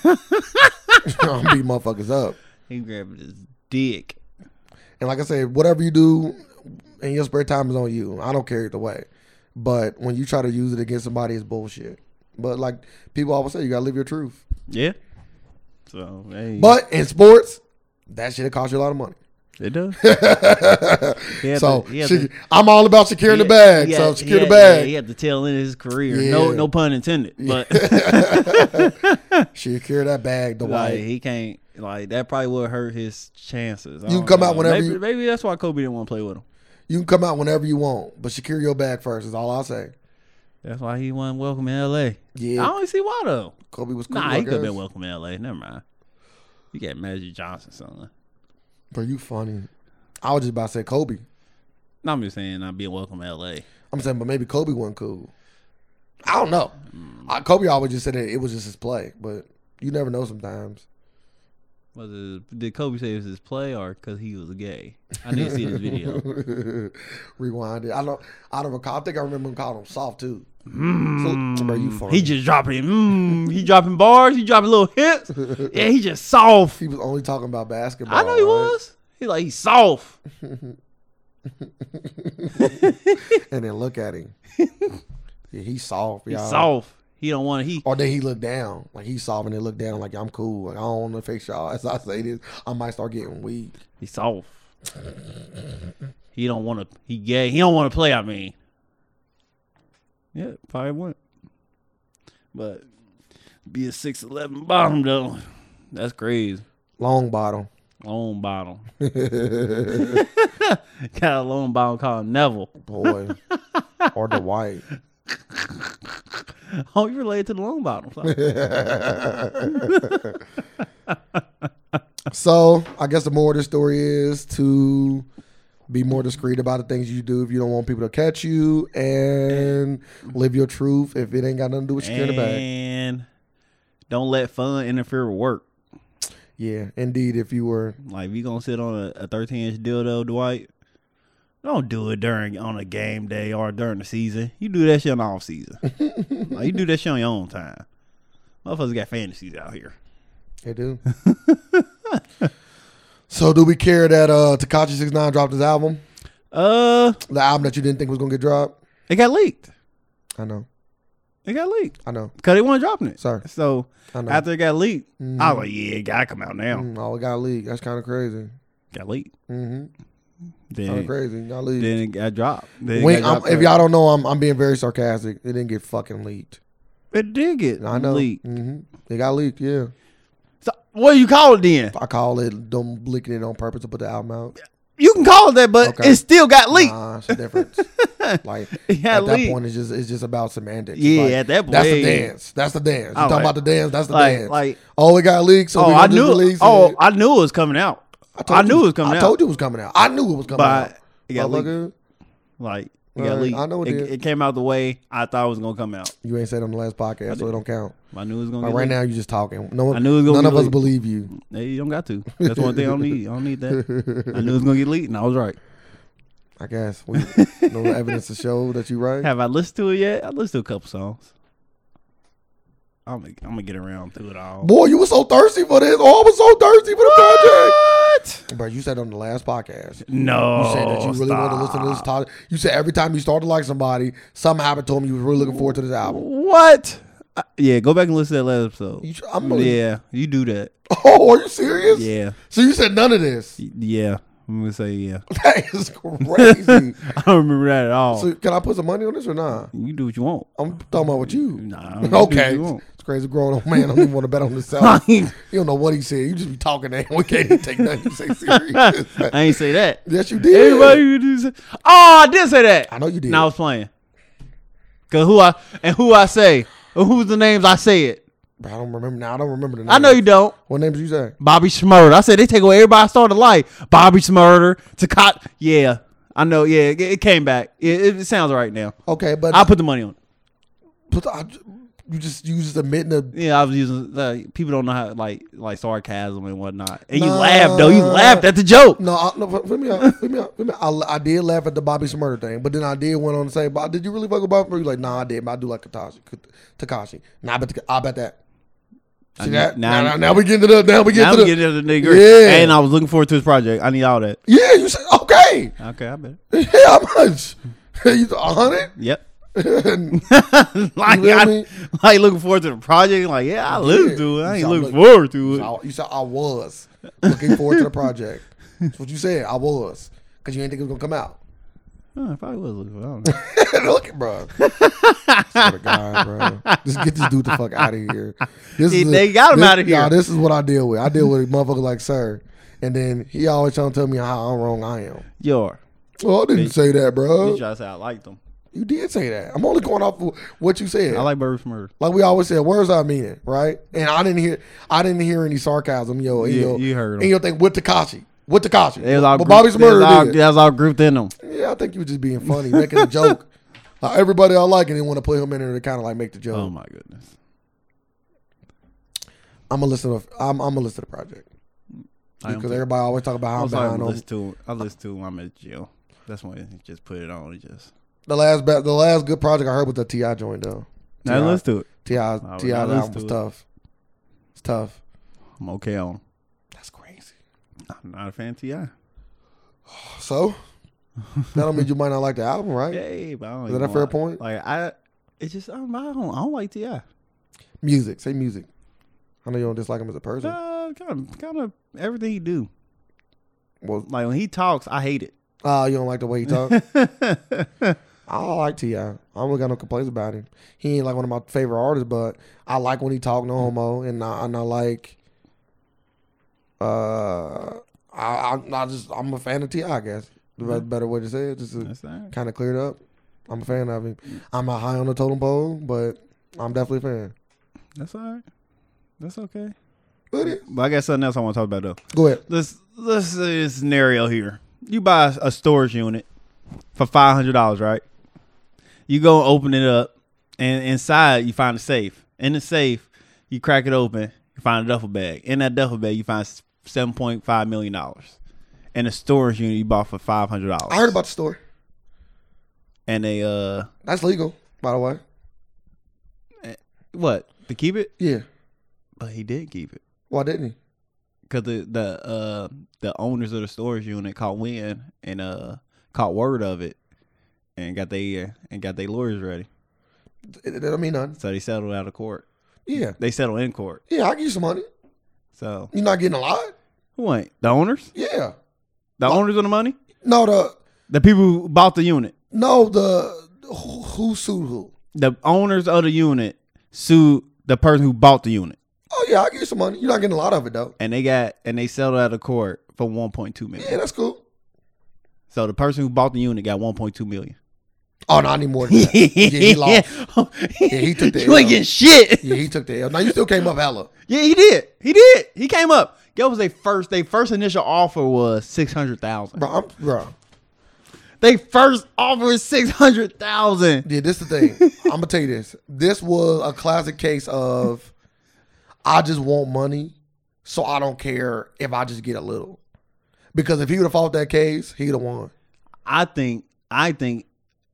gonna beat motherfuckers up.
He grabbed his dick.
And like I said, whatever you do in your spare time is on you. I don't care either way. But when you try to use it against somebody, it's bullshit. But like people always say, you gotta live your truth.
Yeah. So hey,
But in sports, that shit cost you a lot of money.
It does.
*laughs*
He had
so
to- he had
she-
to-
I'm all about securing the
he-
bag.
he
so
had-
secure
he
the
had-
bag.
He had the tail end of his career. No,
Yeah.
no pun intended. But
*laughs* Secure that bag, Dwight.
like he can't. Like that probably would hurt his chances. I
You can
don't
come out
know.
whenever
Maybe,
you-
maybe that's why Kobe didn't want to play with him.
you can come out whenever you want, but secure your bag first. Is all I'll say.
That's why he wasn't welcome in L.A.
Yeah.
I don't see why though.
Kobe was cool.
Nah,
I
he could have
guess.
been welcome in L.A. Never mind. You got Magic Johnson something.
Bro, you funny. I was just about to say Kobe.
No, I'm just saying not being welcome in L.A.
I'm saying, but maybe Kobe wasn't cool. I don't know. I, Kobe always just said that it was just his play, but you never know sometimes.
Was it, did Kobe say it was his play or because he was gay? I didn't see this *laughs* video.
*laughs* Rewind it. I don't. I don't recall. I think I remember him calling him soft too. So, bro, you funny.
He just dropping, mm, he dropping bars, he dropping little
*laughs*
hits. Yeah, he just soft.
He was only talking about basketball.
I know he
right?
was. He like he soft.
And then look at
*laughs*
him. yeah, he's soft,
He
y'all.
soft. He don't want to. He
Or then he looked down, like he's soft, and then looked down, like I'm cool. Like I don't want to fix y'all. *laughs* As I say this, I might start getting weak.
he soft. He don't want to. He gay. He don't want to play. I mean, yeah, probably wouldn't. But be a six eleven bottom though. That's crazy.
Long bottom.
Long *laughs* bottom. Got a long bottom called Neville. *laughs*
boy, or the white.
Oh, you related to the long bottom.
So I guess the moral of this story is to be more discreet about the things you do if you don't want people to catch you, and live your truth if it ain't got nothing to do with securing the bag.
and don't let fun interfere with work.
Yeah, indeed. If you were
Like if you gonna sit on a, a thirteen inch dildo, Dwight, don't do it during on a game day or during the season. You do that shit on the off season. like, you do that shit on your own time. Motherfuckers got fantasies out here.
They do. *laughs* so do we care that uh Takashi 69 dropped his album?
Uh,
The album that you didn't think was gonna get dropped?
it got leaked.
I know.
It got leaked
I know.
because they weren't dropping it.
Sorry.
So
I know.
after it got leaked, I was like, yeah, it gotta come out now.
Mm, oh, it got leaked. That's kinda crazy.
Got leaked.
Mm-hmm. Kinda
Then,
crazy. It Got leaked.
then it got dropped. Then it
Wink,
got
Oh, I'm,
dropped
if y'all don't know, I'm I'm being very sarcastic. It didn't get fucking leaked.
it did get
I know.
leaked.
hmm It got leaked, yeah.
So what do you call it then?
I call it them leaking it on purpose to put the album out.
You can call it that, but
Okay.
it still got leaked. *laughs*
Nah, it's a difference. like
It got
at that
leaked.
point it's just it's just about semantics.
Yeah,
Like,
at that point,
That's the
yeah.
dance. That's the dance. You
I
talking
like-
about the dance, that's the
like-
dance.
like-
oh, it got leaked, so
oh,
we gonna
I
just
knew.
release
Oh,
it.
I knew it was coming out. I,
told
knew
you-
it was coming
I
out.
told you it was coming out. I knew it was coming
but
out.
it got leaked.
Motherfucker,
Like it got
Right,
leaked.
I know it
it,
did.
it came out the way I thought it was gonna come out.
You ain't said it on the last podcast, so it don't count.
I knew it was gonna.
Like
get
right
leaked.
now, you just talking. No one,
I knew it was gonna be
none of us
leaked.
believe
*laughs*
you. *laughs*
Hey, you don't got to. That's one thing I don't need. I don't need that. I knew it was gonna get leaked, and I was right.
I guess we
*laughs*
no evidence to show that you right.
Have I listened to it yet? I listened to a couple songs. I'm gonna, I'm gonna get around to it all.
Boy, you were so thirsty for this. Oh, I was so thirsty for the project.
What?
Bro, you said on the last podcast.
No.
You said that you really wanted to listen to this talk. You said every time you started to like somebody, something happened to him. You was really looking forward to this album.
What? Uh, yeah, go back and listen to that last episode.
You, I'm really,
yeah, you do that.
*laughs* Oh, are you serious?
Yeah,
So you said none of this.
y- yeah. I'm gonna say yeah.
*laughs*
*laughs*
That is crazy.
I don't remember that at all.
so Oh. can I put some money on this or not?
you do what you want.
I'm talking about with you.
Nah. you do what
Okay.
you want.
It's crazy grown old man. I don't even want to bet
*laughs*
on himself.
*laughs* I
You don't know what he said. You just be talking to him. We can't even take nothing you say
*laughs*
serious.
ain't say that.
yes, you did.
Everybody who do say, oh, I did say that.
I know you did.
And I was playing. Cause who I and who I say, or who's the names I say it.
Bro, I don't remember now. I don't remember the name.
I know you don't.
What names you say?
Bobby Smurder. I said they take away everybody I started like Bobby Smurder, Takat. Yeah, I know. Yeah, it, it came back. It, it sounds right now.
Okay, but
I'll put the money on. it.
But I, you just you just admitting to
Yeah, I was using like, people don't know how like like sarcasm and whatnot. And you
Nah.
laughed though. You laughed at the joke.
no, I, no. Let me out. Let me out. Let me out. I, I did laugh at the Bobby Smurder thing, but then I did went on to say, "Bob, did you really fuck with Bobby?" Smurder?" You like, nah, I did, but I do like Takashi. Takashi. Nah, I bet. I bet that. See
I-
that?
now-
Now, now, now we getting to the. Now we
Now
getting
I'm
to the.
getting to the nigga.
Yeah.
And I was looking forward to his project. I need all that.
yeah, you said okay.
Okay, I bet.
Yeah, how much? *laughs* you a hundred? *laughs*
Yep. *laughs*
And
like,
feel
I,
me?
like looking forward to the project. Like, yeah, I live
Yeah.
to it. I ain't
So I'm
looking
looking-
forward to it.
I- you said I was. Looking forward to the project. That's what you said. I was. Because you didn't think it was going to come out.
Oh, I probably was looking. for- I don't know. *laughs*
Look at *laughs* bro. Swear to God, bro. Just get this dude the fuck out of here. This
They- they got him
this-
outta here.
Y'all, this is what I deal with. I deal with a motherfucker like sir. And then he always trying to tell me how I'm wrong I am.
Yo,
Well, I didn't say that,
you
bro.
try to say I like them.
You did say that. I'm only going off of what you said.
I like Bird from Earth.
Like we always said, words are meaning, right? And I didn't hear, I didn't hear any sarcasm, yo. And
Yeah,
yo,
you heard 'em.
And you think with Takashi, with Takashi,
They was all
but
grouped-
Bobby
they was all-
Smurda did.
They was all grouped in them.
Yeah, I think you were just being funny, making
*laughs*
a joke. Uh, everybody I like, and they want to put him in there to kind of like make the joke.
Oh my goodness.
I'm gonna listen to, I'm, I'm gonna listen to the project
I am
because
too.
everybody always talk about how
I'm
I'm
sorry. I
behind on
listen to I listen to when I'm at jail. That's when it just put it on. It just
the last, ba- the last good project I heard was the Ti joint though.
now
T.I.
let's do it. we
Ti, Ti
gotta
album
listen
was
to it.
tough. It's tough.
I'm okay on.
That's crazy.
I'm not a fan of Ti.
So that don't mean you might not like the album,
*laughs*
right?
Yay, but I don't
Is
even
that a fair
like-
point?
Like I, it's just I don't, I don't, I don't like Ti.
Music, say music. I know you don't dislike him as a person.
Uh, kind of, kind of everything he do.
Well,
Like when he talks, I hate it. *laughs*
Oh, you don't like the way he talk? I don't like T.I. I don't got no complaints about him. He ain't like one of my favorite artists, but I like when he talk no homo, and I, and I like. Uh, I, I I just I'm a fan of T.I. I guess the best- better way to say it, just to
That's not.
kind of clear it up. I'm a fan of him. I'm not high on the totem pole, but I'm definitely a fan.
That's all right. That's okay.
But it-
But I got something else I want to talk about though.
go ahead.
Let's let's say a scenario here. You buy a storage unit for five hundred dollars, right? You go open it up, and inside you find a safe. In the safe, you crack it open, you find a duffel bag. In that duffel bag, you find seven point five million dollars, and a storage unit you bought for five hundred dollars.
I heard about the story.
and they uh
That's legal, by the way.
what to keep it,
Yeah.
but he did keep it.
Why didn't he?
because the the uh the owners of the storage unit caught wind and uh caught word of it and got they uh, and got their lawyers ready
It, it don't mean nothing.
so they settled out of court
Yeah.
they settled in court
Yeah, I give you some money.
so
You're not getting a lot.
what the owners
Yeah.
the owners of the money
No, the
the people who bought the unit
no the who, who sued who?
the owners of the unit sued the person who bought the unit
Oh yeah, I give you some money. You're not getting a lot of it though.
and they got and they settled out of court for 1.2 million
Yeah, that's cool.
so the person who bought the unit got 1.2 million
Oh no, I need more. Than
*laughs*
that. yeah, he lost. he took the
you ain't
L.
getting shit
Yeah, he took the L. Now you still came up hella.
Yeah, he did. He did. He came up. That was their first. Their first initial offer was six hundred thousand.
Bro, I'm, bro.
They first offer is six hundred thousand.
Yeah, this is the thing. I'm gonna tell you this. This was a classic case of I just want money, so I don't care if I just get a little. Because if he would have fought that case, he'd have won.
I think. I think.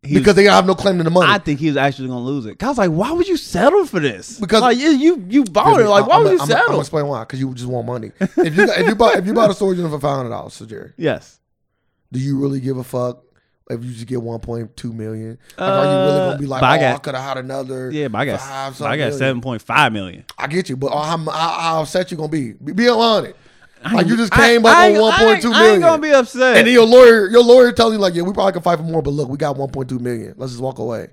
He
Because
was,
they have no claim to the money.
I think he was actually gonna lose it. 'Cause I was like, why would you settle for this?
Because-
Because like you you, you bought it. Oh, Like why
I'm,
would you
I'm, I'm
settle?
gonna explain why. Because you just want money. If you if you buy if you buy the storage unit for five hundred dollars, so Jerry,
yes.
do you really give a fuck if you just get one point two million? Like, are you really gonna be like,
Uh,
oh,
but I
I,
got-
could have had another?
Yeah, but I got
five
I
something
got
million.
seven point five million.
I get you, but how how, how upset you gonna be? Be, be honest. Like you just
I-
came
I
up
ain't-
on one
I
point two
ain't- I
million.
ain't gonna be upset.
and then your lawyer, your lawyer tells you like, yeah, we probably can fight for more, but look, we got one point two million. Let's just walk away.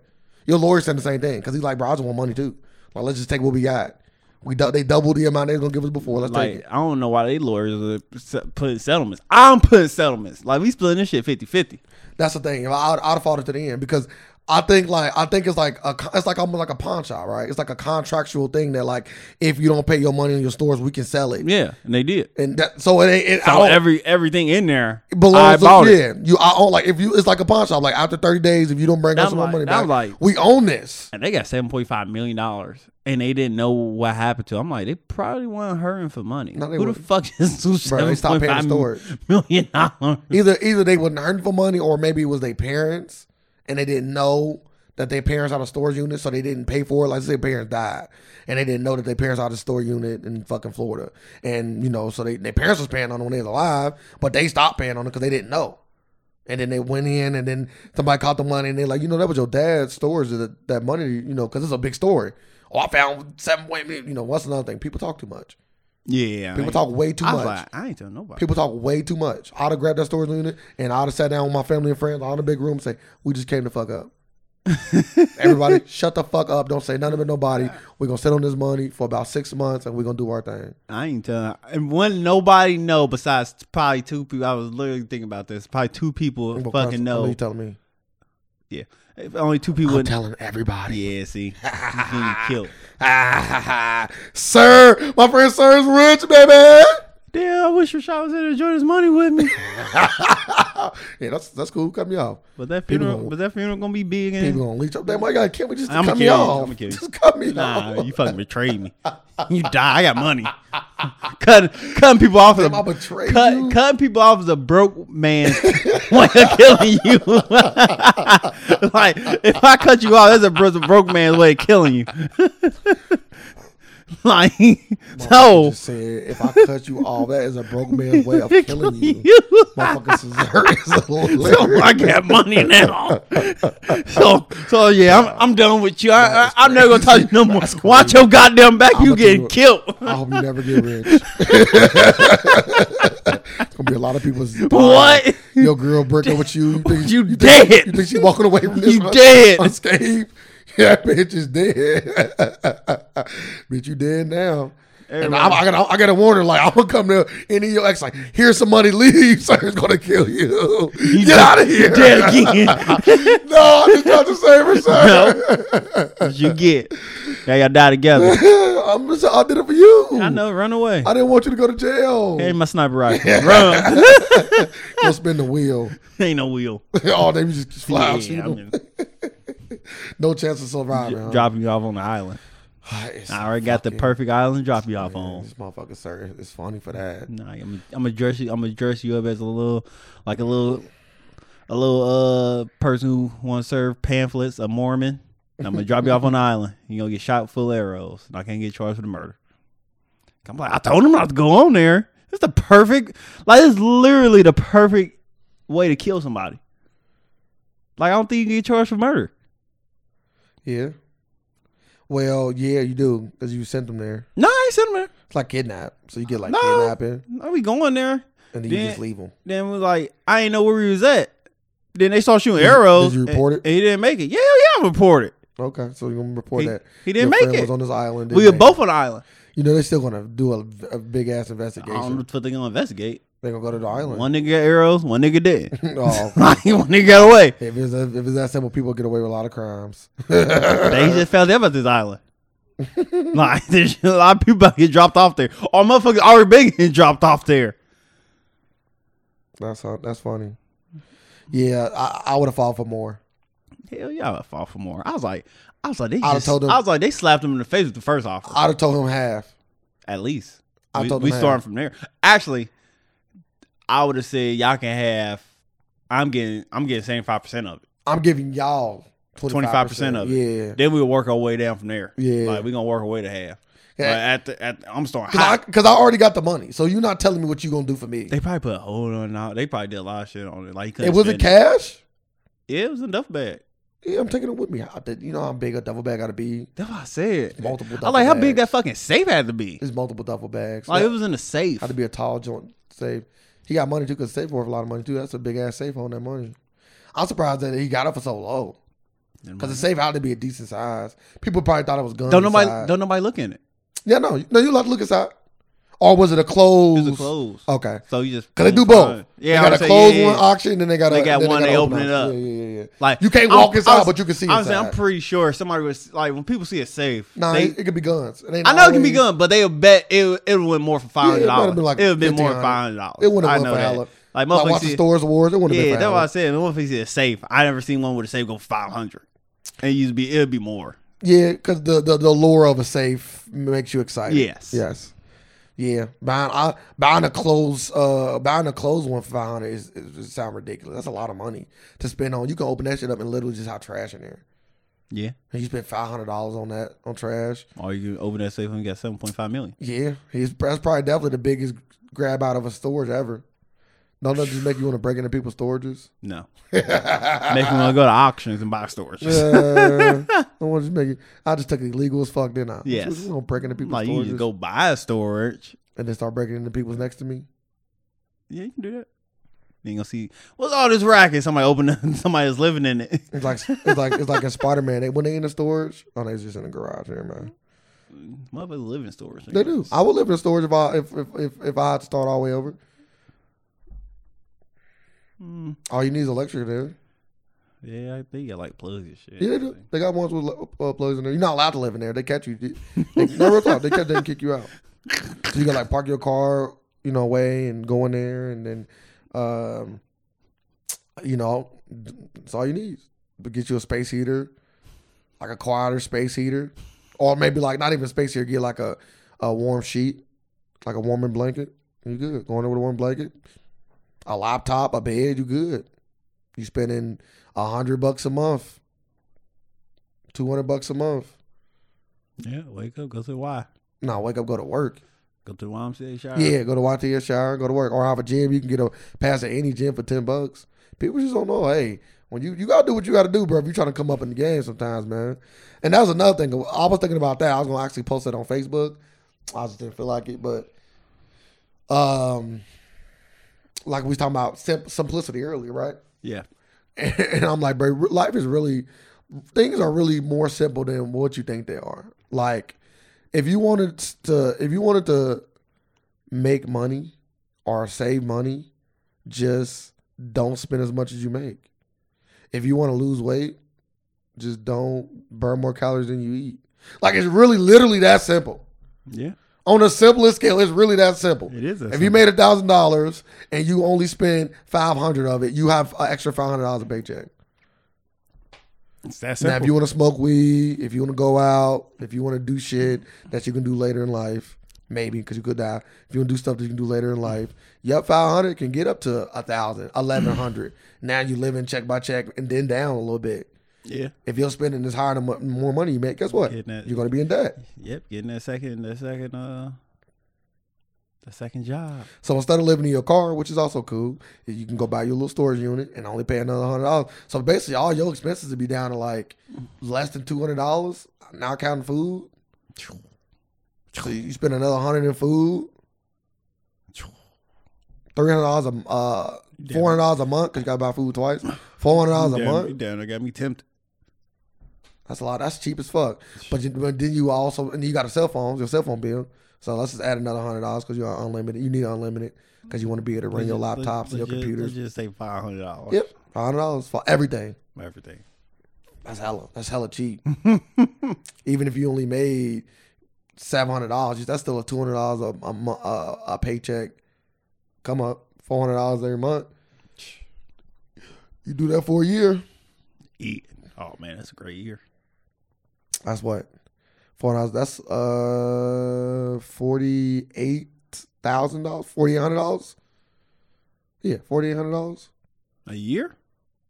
Your lawyer said the same thing because he's like, bro, I just want money too. Like, let's just take what we got. We dou- they doubled the amount they was gonna give us before. Let's take it.
Like I don't know why they lawyers are se- putting settlements. I'm putting settlements. Like we splitting this shit 50-50.
That's the thing. I, I'd, I'd fought it to the end because I think like I think it's like a con- it's like almost like a pawn shop, right? It's like a contractual thing that like if you don't pay your money in your stores, we can sell it.
Yeah, and they did.
And that, so it ain't. It, I
So
don't,
every everything in there
it belongs
I
to-
bought it.
Oh. yeah. You I own like if you it's like a pawn shop. Like after thirty days, if you don't bring us
I'm
my
like-
money back,
I'm like-
we own this.
And they got seven point five million dollars, and they didn't know what happened to. Them. I'm like, they probably weren't hurting for money.
No, they
Who the
wasn't.
fuck
*laughs*
is two
Bro, they
seven
stopped
point
paying the
five
storage.
million dollars?
Either either they wasn't earning for money, or maybe it was their parents and they didn't know that their parents had a storage unit, so they didn't pay for it. Like say their parents died, and they didn't know that their parents had a storage unit in fucking Florida, and you know, so they their parents was paying on it when they was alive, but they stopped paying on it because they didn't know. And then they went in, and then somebody caught the money, and they're like, you know, that was your dad's storage that that money, you know, because it's a big story. Oh, I found seven point, you know, what's another thing? People talk too much.
Yeah.
People talk way too
I
much.
was like, I ain't telling nobody.
People talk way too much. I'd have grabbed that storage unit and I'd have sat down with my family and friends all in the big room and say, We just came to
*laughs*
fuck up. Everybody, shut the fuck up. Don't say nothing to nobody. We're going to sit on this money for about six months and we're going to do our thing.
I ain't telling. And one nobody know besides probably two people. I was literally thinking about this. Probably two people
Well,
fucking
Constance, I You
know.
telling me?
Yeah. If only two people.
I'm
would
telling everybody. *laughs*
yeah. See, you getting killed.
Sir, my friend Sir's rich, baby.
Damn, I wish Rashad was here to enjoy his money with
*laughs*
me.
yeah, that's that's cool. Cut me off.
But that
People
funeral,
gonna-
but that funeral gonna be big. And
People gonna leech up. Damn, my God, can't we just
I'ma
cut me
kill you.
off?
I'ma kill you.
*laughs* Just cut me off.
nah, you fucking betrayed
*laughs*
me. You die. I got money. *laughs* Cut, cutting people off is
Damn, I
a
betrayed you.
cut, cutting people off is a broke
*laughs*
man way of killing you. *laughs* like if I cut you off, that's a, bro- a broke man's way of killing you. *laughs* like so,
just said, if I cut you off, that is a broke man's way of killing you. Motherfucker, Cesar is
*laughs* So I
hilarious.
got money
*laughs*
now. so so yeah, I'm I'm done with you. I, I, I'm never gonna talk to you no more. Watch your goddamn back. you
I'ma
getting
do it.
killed.
I hope you never get rich.
*laughs*
it's gonna be a lot of people's
What?
Your girl breaking up with you. You, think,
You
think-
dead.
you think she walking away from this?
You
un-
dead.
Unscathed. *laughs* Yeah, bitch is dead. *laughs* bitch, you dead now. And I'm, I gotta, I gotta warn her. Like *laughs* I'm gonna come to any of your ex. Like here's some money. *laughs* Leave. Sir's gonna kill you. Get out of
*laughs*
here.
Dead
*laughs*
again.
no, I'm just trying to save her, sir.
What you get. Yeah, y'all die together.
*laughs* I'm just, I did it for you.
*laughs* I know. Run away.
I didn't want you to go to jail.
Hey, my sniper rifle. Run. *laughs*
Go spin the wheel. *laughs*
Ain't no wheel.
oh, they just just fly out.
Yeah,
shoot
I'm
'em.
just
No chance of surviving. huh? Ah,
dropping you off on the island.
It's
I already got the
fucking-
perfect island. to Drop you off on.
This motherfucker, sir, it's funny for that.
Nah, I'm I'm gonna dress you. I'm gonna dress you up as a little, like a little, a little uh person who wants to serve pamphlets, a Mormon. And I'm gonna drop you off on the island. You gonna get shot full of arrows, and I can't get charged with the murder. I'm like, I told him not to go on there. It's the perfect, like it's literally the perfect way to kill somebody. Like I don't think you can get charged for murder.
Yeah. Well, yeah, you do because you sent them there.
No, I ain't sitting there.
It's like kidnap. So you get like
No.
kidnapping,
No, we going there.
and then
Then-
you just leave them.
Then we like, I ain't know where he was at. Then they start shooting
Did you-
arrows.
did you report
and-
it?
And he didn't make it. Yeah, yeah, I reported.
Okay, so you're gonna report
He,
that
he didn't
your
make
friend
it.
was on this island.
we were
didn't make
both on the island.
it. You know they're still gonna do a, big ass
I don't
investigation.
know what the fuck they gonna investigate.
They're gonna go to the island.
One nigga got arrows, one nigga didn't.
*laughs* oh,
*laughs* like, one nigga got away.
if it's if it's that simple, people get away with a lot of crimes. *laughs*
They just found out about this island. like, *laughs* there's a lot of people about to get dropped off there. Or motherfuckers already been getting dropped off there.
That's how, that's funny. Yeah, I, I would have fought for more.
Hell yeah, I would fall for more. I was like, I was like, they
I'd've
just,
told them-
I was like, they slapped him in the face with the first offer.
I'd have told him half.
At least.
I
we,
told
we
them
starting
half.
from there. Actually, I would have said y'all can have. I'm getting. I'm getting seventy five percent of it.
I'm giving y'all twenty five
25%
percent
of
Yeah,
Then we'll work our way down from there.
Yeah.
like we gonna work our way to half. But
Yeah.
at the at the, I'm starting.
because I,
hot.
'cause I already got the money, so you're not telling me what you gonna do for me.
they probably put a hold on. Out. They probably did a lot of shit on it. Like
It wasn't
cat.
cash.
Yeah, it was a duff bag.
Yeah, I'm taking it with me. I, did- you know how big a duffel bag gotta be.
That's what I said.
Multiple
I like
duffel
how big that
bags.
fucking safe had to be.
It's multiple duffel bags.
Like
Yeah,
it was in a safe.
had to be a tall joint safe. He got money too, cause safe worth a lot of money too. That's a big ass safe on that money. I'm surprised that he got it for so low, cause the safe had to be a decent size. People probably thought it was gun.
Don't nobody
size.
don't nobody look in it.
Yeah, no, no, you like to look inside. Or was it a closed?
It was closed.
Okay,
So you just
because Uh, they do both.
Yeah,
they
I
got
would
a
say,
closed
yeah,
one
yeah.
auction, then they got
They
a,
got
then
one,
got
they
a
open
open
it up.
auction. Yeah, yeah, yeah.
Like
You can't
I'm-
walk inside,
I was-
but you can see
I was saying, I'm
inside.
pretty sure somebody was like when people see a safe.
Nah,
they,
it, it could be guns. It ain't
I know it can be
always-
good, but they'll bet it it went more for five hundred
Yeah, it might have
dollars.
been like
it would been more than five hundred
$1,500.
dollars.
It wouldn't have
I
been
know
for
that.
Alec.
Like
Like
motherfuckers
watching
see,
Star Wars, it wouldn't have
yeah,
been
that's
for
what I
Alec.
said. Motherfuckers see a safe. I never seen one with a safe go five hundred, and you'd be it'd be more.
Yeah, because the, the the lure of a safe makes you excited.
Yes.
yes, yeah. Buying I, buying a closed uh buying a closed one for five hundred is, is, is sound ridiculous. That's a lot of money to spend on. You can open that shit up and literally just have trash in there.
Yeah,
And you spent five hundred dollars on that on trash.
or you can open that safe and you got seven point five million.
Yeah, he's that's probably definitely the biggest grab out of a storage ever. Don't that just make you want to break into people's storages?
No, *laughs*
Ah. *laughs*
make me want to go to auctions and buy storage. *laughs*
Uh, I want to just make it. I just took it illegal as fuck, didn't I?
Yes.
we gonna break into people's
Like you
storages.
just go buy a storage
and then start breaking into people's next to me.
Yeah, you can do that. You ain't gonna see what's all this racket. Somebody open *laughs* somebody is living in it.
It's like it's like it's like in Spider Man. They when they in the storage, oh, they was just in the garage here, man.
Motherfuckers live in stores.
They do. I would live in the storage if I if if if, if I had to start all the way over.
Mm,
All you need is electric there.
yeah, I think I like plugs and shit.
Yeah, they do. They got ones with uh, plugs in there. You're not allowed to live in there. They catch you. They, no real talk. They catch. They can kick you out. So you got like park your car, you know, away and go in there, and then, um, you know, it's all you need. But get you a space heater, like a quieter space heater, or maybe like not even space heater. Get like a a warm sheet, like a warming blanket. You good? Going there with a warm blanket, a laptop, a bed. You good? You spending a hundred bucks a month two hundred bucks a month.
Yeah, wake up, go to the Y,
No, wake up, go to work.
go to the YMCA shower.
Yeah, go to YTS shower, go to work, or have a gym. You can get a pass at any gym for ten bucks. People just don't know. Hey, when you you gotta do what you gotta do, bro. If you're trying to come up in the game, sometimes, man. And that was another thing. I was thinking about that. I was gonna actually post that on Facebook. I just didn't feel like it, but um, like we was talking about sim- simplicity earlier, right?
yeah.
*laughs* and I'm like, bro, life is really things are really more simple than what you think they are. Like, if you wanted to, if you wanted to make money or save money, just don't spend as much as you make. If you want to lose weight, just don't burn more calories than you eat. Like, it's really literally that simple.
Yeah,
On the simplest scale, it's really that simple.
it is. a
If you made a thousand dollars and you only spend five hundred of it, you have an extra five hundred dollars a paycheck.
it's that
Now,
simple.
if you want to smoke weed, if you want to go out, if you want to do shit that you can do later in life, maybe because you could die. If you want to do stuff that you can do later in life, yep, five hundred can get up to a thousand, eleven hundred. *clears throat* Now you living check by check and then down a little bit.
yeah,
If you're spending this higher than mo- more money you make, guess what?
Getting that-
You're gonna be in debt.
yep, getting that second, that second, uh, the second job.
So instead of living in your car, which is also cool, you can go buy your little storage unit and only pay another hundred dollars. So basically, all your expenses would be down to like less than two hundred dollars, not counting food. So you spend another hundred in food, three hundred dollars a uh, four hundred dollars a month because you got to buy food twice. Four hundred dollars a
damn,
month.
Damn, that got me tempted.
That's a lot. That's cheap as fuck. But, you, but then you also and you got a cell phone, your cell phone bill. So let's just add another hundred dollars because you're unlimited. You need unlimited because you want to be able to run your
Let's-
laptops and your
let's just-
computers.
Let's just say five hundred dollars.
Yep, hundred dollars for everything.
everything.
That's hella. That's hella *laughs* cheap. Even if you only made seven hundred dollars, that's still a two hundred dollars a a, mo- a a paycheck. Come up four hundred dollars every month. You do that for a year.
Eat. Oh man, that's a great year.
That's what four hundred. That's uh forty eight thousand dollars, forty eight hundred dollars. Yeah, forty eight hundred dollars.
A year?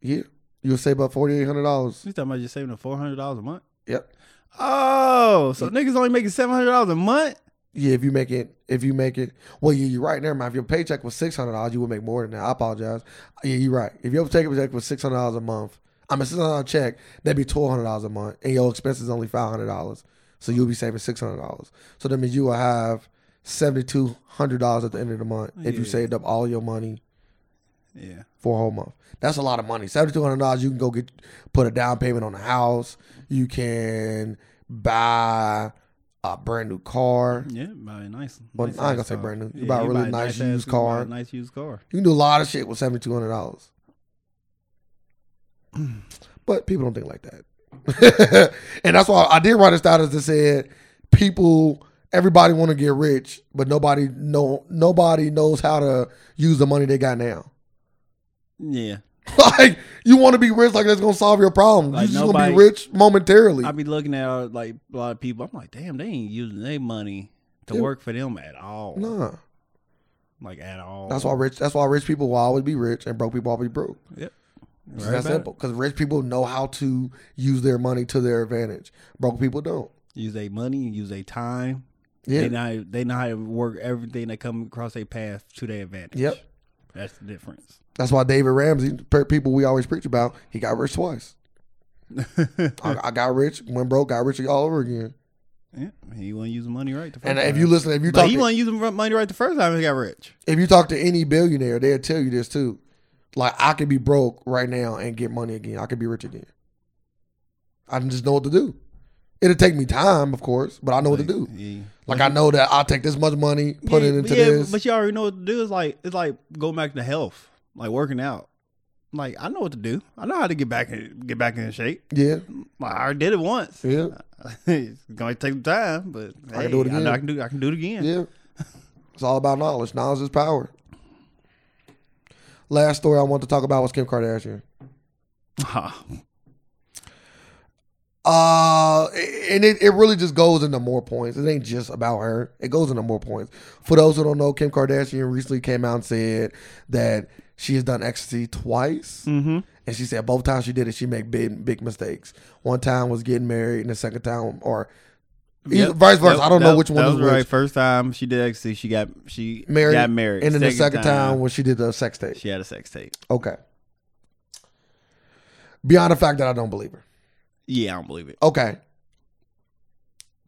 Yeah, you'll save about forty eight hundred dollars.
You talking about just saving four hundred dollars a month?
Yep.
Oh, so niggas only making seven hundred dollars a month?
Yeah, if you make it, if you make it, well, yeah, you're right. Never mind. If your paycheck was six hundred dollars, you would make more than that. I apologize. Yeah, you're right. If your paycheck was six hundred dollars a month, I mean six hundred dollar check, that'd be twelve hundred dollars a month, and your expenses only five hundred dollars. So you'll be saving six hundred dollars. So that means you will have seventy two hundred dollars at the end of the month if you
Yeah.
saved up all your money
Yeah.
for a whole month. That's a lot of money. Seventy two hundred dollars. You can go get put a down payment on a house. You can buy a brand new car.
Yeah, buy a nice.
Well,
nice
I ain't
ass
gonna say
car.
brand new. You buy a
a
really
ass-
nice used
you buy
car.
a nice used car.
You can do a lot of shit with seventy two hundred dollars.
Mm.
but people don't think like that, *laughs* and that's why I did write this out as it said people. Everybody want to get rich, but nobody know nobody knows how to use the money they got now. *laughs*
Yeah,
like you want to be rich, like that's gonna solve your problem.
Like,
you just gonna be
nobody-
rich momentarily.
I be looking at uh, like a lot of people. I'm like, damn, they ain't using their money to
Yeah.
work for them at all.
nah,
Like at all.
that's why rich. That's why rich people will always be rich, and broke people always be broke.
Yep.
It's
Right
that
about it.
simple. Because rich people know how to use their money to their advantage. Broke people don't.
Use their money. Use their time.
Yeah.
They know. They know how to work everything that come across their path to their advantage.
Yep.
That's the
*laughs*
difference.
That's why David Ramsey, per- people we always preach about, he got rich twice. I, I got rich, went broke, got rich all over again.
Yeah, he wasn't using money right. The first
And
time.
if you listen, if you
but
talk,
he
to,
wasn't using money right the first time he got rich.
if you talk to any billionaire, they'll tell you this too. Like I could be broke right now and get money again. I could be rich again. I just know what to do. It'll take me time, of course, but I know what to do.
Yeah.
Like I know that I'll take this much money, put it
Yeah,
into
yeah,
this.
But you already know what to do. It's like it's like going back to health, like working out. Like I know what to do. I know how to get back in, get back in shape.
yeah,
Like, I already did it once.
yeah,
*laughs* it's gonna take some time, but hey, I can do it again. I, can do I can do it again. *laughs*
yeah. It's all about knowledge. Knowledge is power. Last story I want to talk about was Kim Kardashian. Uh, and it, it really just goes into more points. It ain't just about her. It goes into more points. For those who don't know, Kim Kardashian recently came out and said that she has done ecstasy twice,
mm-hmm.
and she said both times she did it, she made big big mistakes. One time was getting married, and the second time, or either- vice versa. I don't know which one
that
was,
was right.
which.
First time she did ecstasy, she got she
Married,
got married,
And then the second time, when she did the sex tape.
she had a sex tape.
Okay. Beyond the fact that I don't believe her.
Yeah, I don't believe it.
Okay.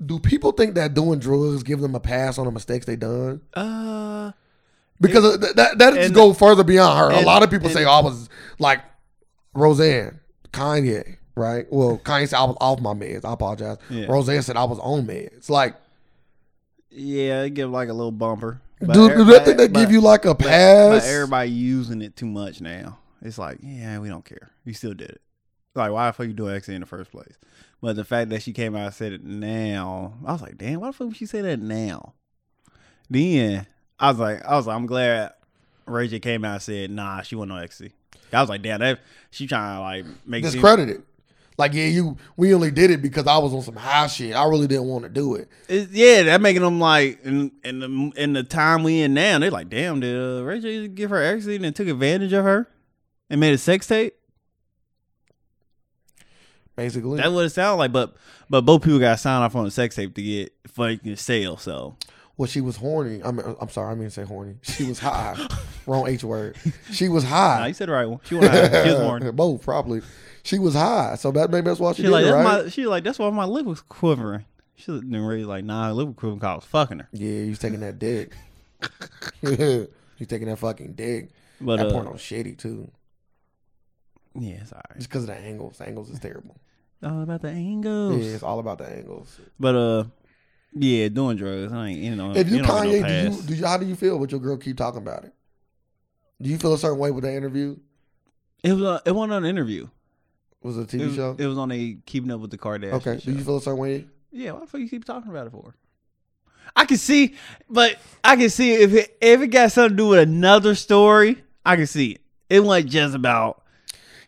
Do people think that doing drugs give them a pass on the mistakes they done?
Uh,
Because th- that that just
and-
go further beyond her.
and-
a lot of people
and-
say oh, I was like Roseanne, Kanye, right? Well, Kanye said I was off my meds. I apologize.
Yeah.
Roseanne said I was on meds. Like,
yeah, it give like a little bumper. But
do, do that
everybody-
think they give you like a
but- but
pass?
everybody using it too much now. It's like, yeah, we don't care. You still did it. Like, why the fuck you doing ecstasy in the first place? But the fact that she came out and said it now, I was like, damn, why the fuck would she say that now? Then I was like, I was like, I'm glad Ray J came out and said, nah, she wasn't on ecstasy. I was like, damn, that she trying to like make it seem-
Discredited. Like, yeah, you we only did it because I was on some high shit. I really didn't want to do it.
It's, yeah, that making them like in, in the in the time we in now, they like, damn, did uh, Ray J give her ecstasy and then took advantage of her and made a sex tape?
Basically,
That's what it sounded like, but but both people got signed off on a sex tape to get fucking sale. So
Well, she was horny. I'm I'm sorry, I mean to say horny. She
*laughs*
was high. Wrong H word. She was
nah, you
high.
said the right one. *laughs* She, went out, she was born.
*laughs* Both probably. She was high. So that maybe that's why she,
She
did
like
it,
that's
right?
my she like that's why my lip was quivering. She was then really like nah, her lip was quivering 'cause I was fucking her.
Yeah, you was taking
*laughs*
that dick. you was taking that fucking dick.
But
that
uh,
porno shitty too.
yeah, it's alright.
Just because of the angles. The angles is terrible.
All about the
Yeah,
angles.
it's all about the angles.
But uh, yeah, doing drugs. I ain't Uh, you know.
If you
it don't get
Kanye,
no
do you,
pass.
do you how do you feel? But your girl keep talking about it. Do you feel a certain way with the interview?
It was uh, it wasn't on an interview.
Was it a
It
TV
was,
show?
it was on a Keeping Up with the Kardashians.
okay.
show.
Do you feel a certain way?
Yeah, why the fuck you keep talking about it for? I can see, but I can see if it if it got something to do with another story, I can see it. It wasn't just about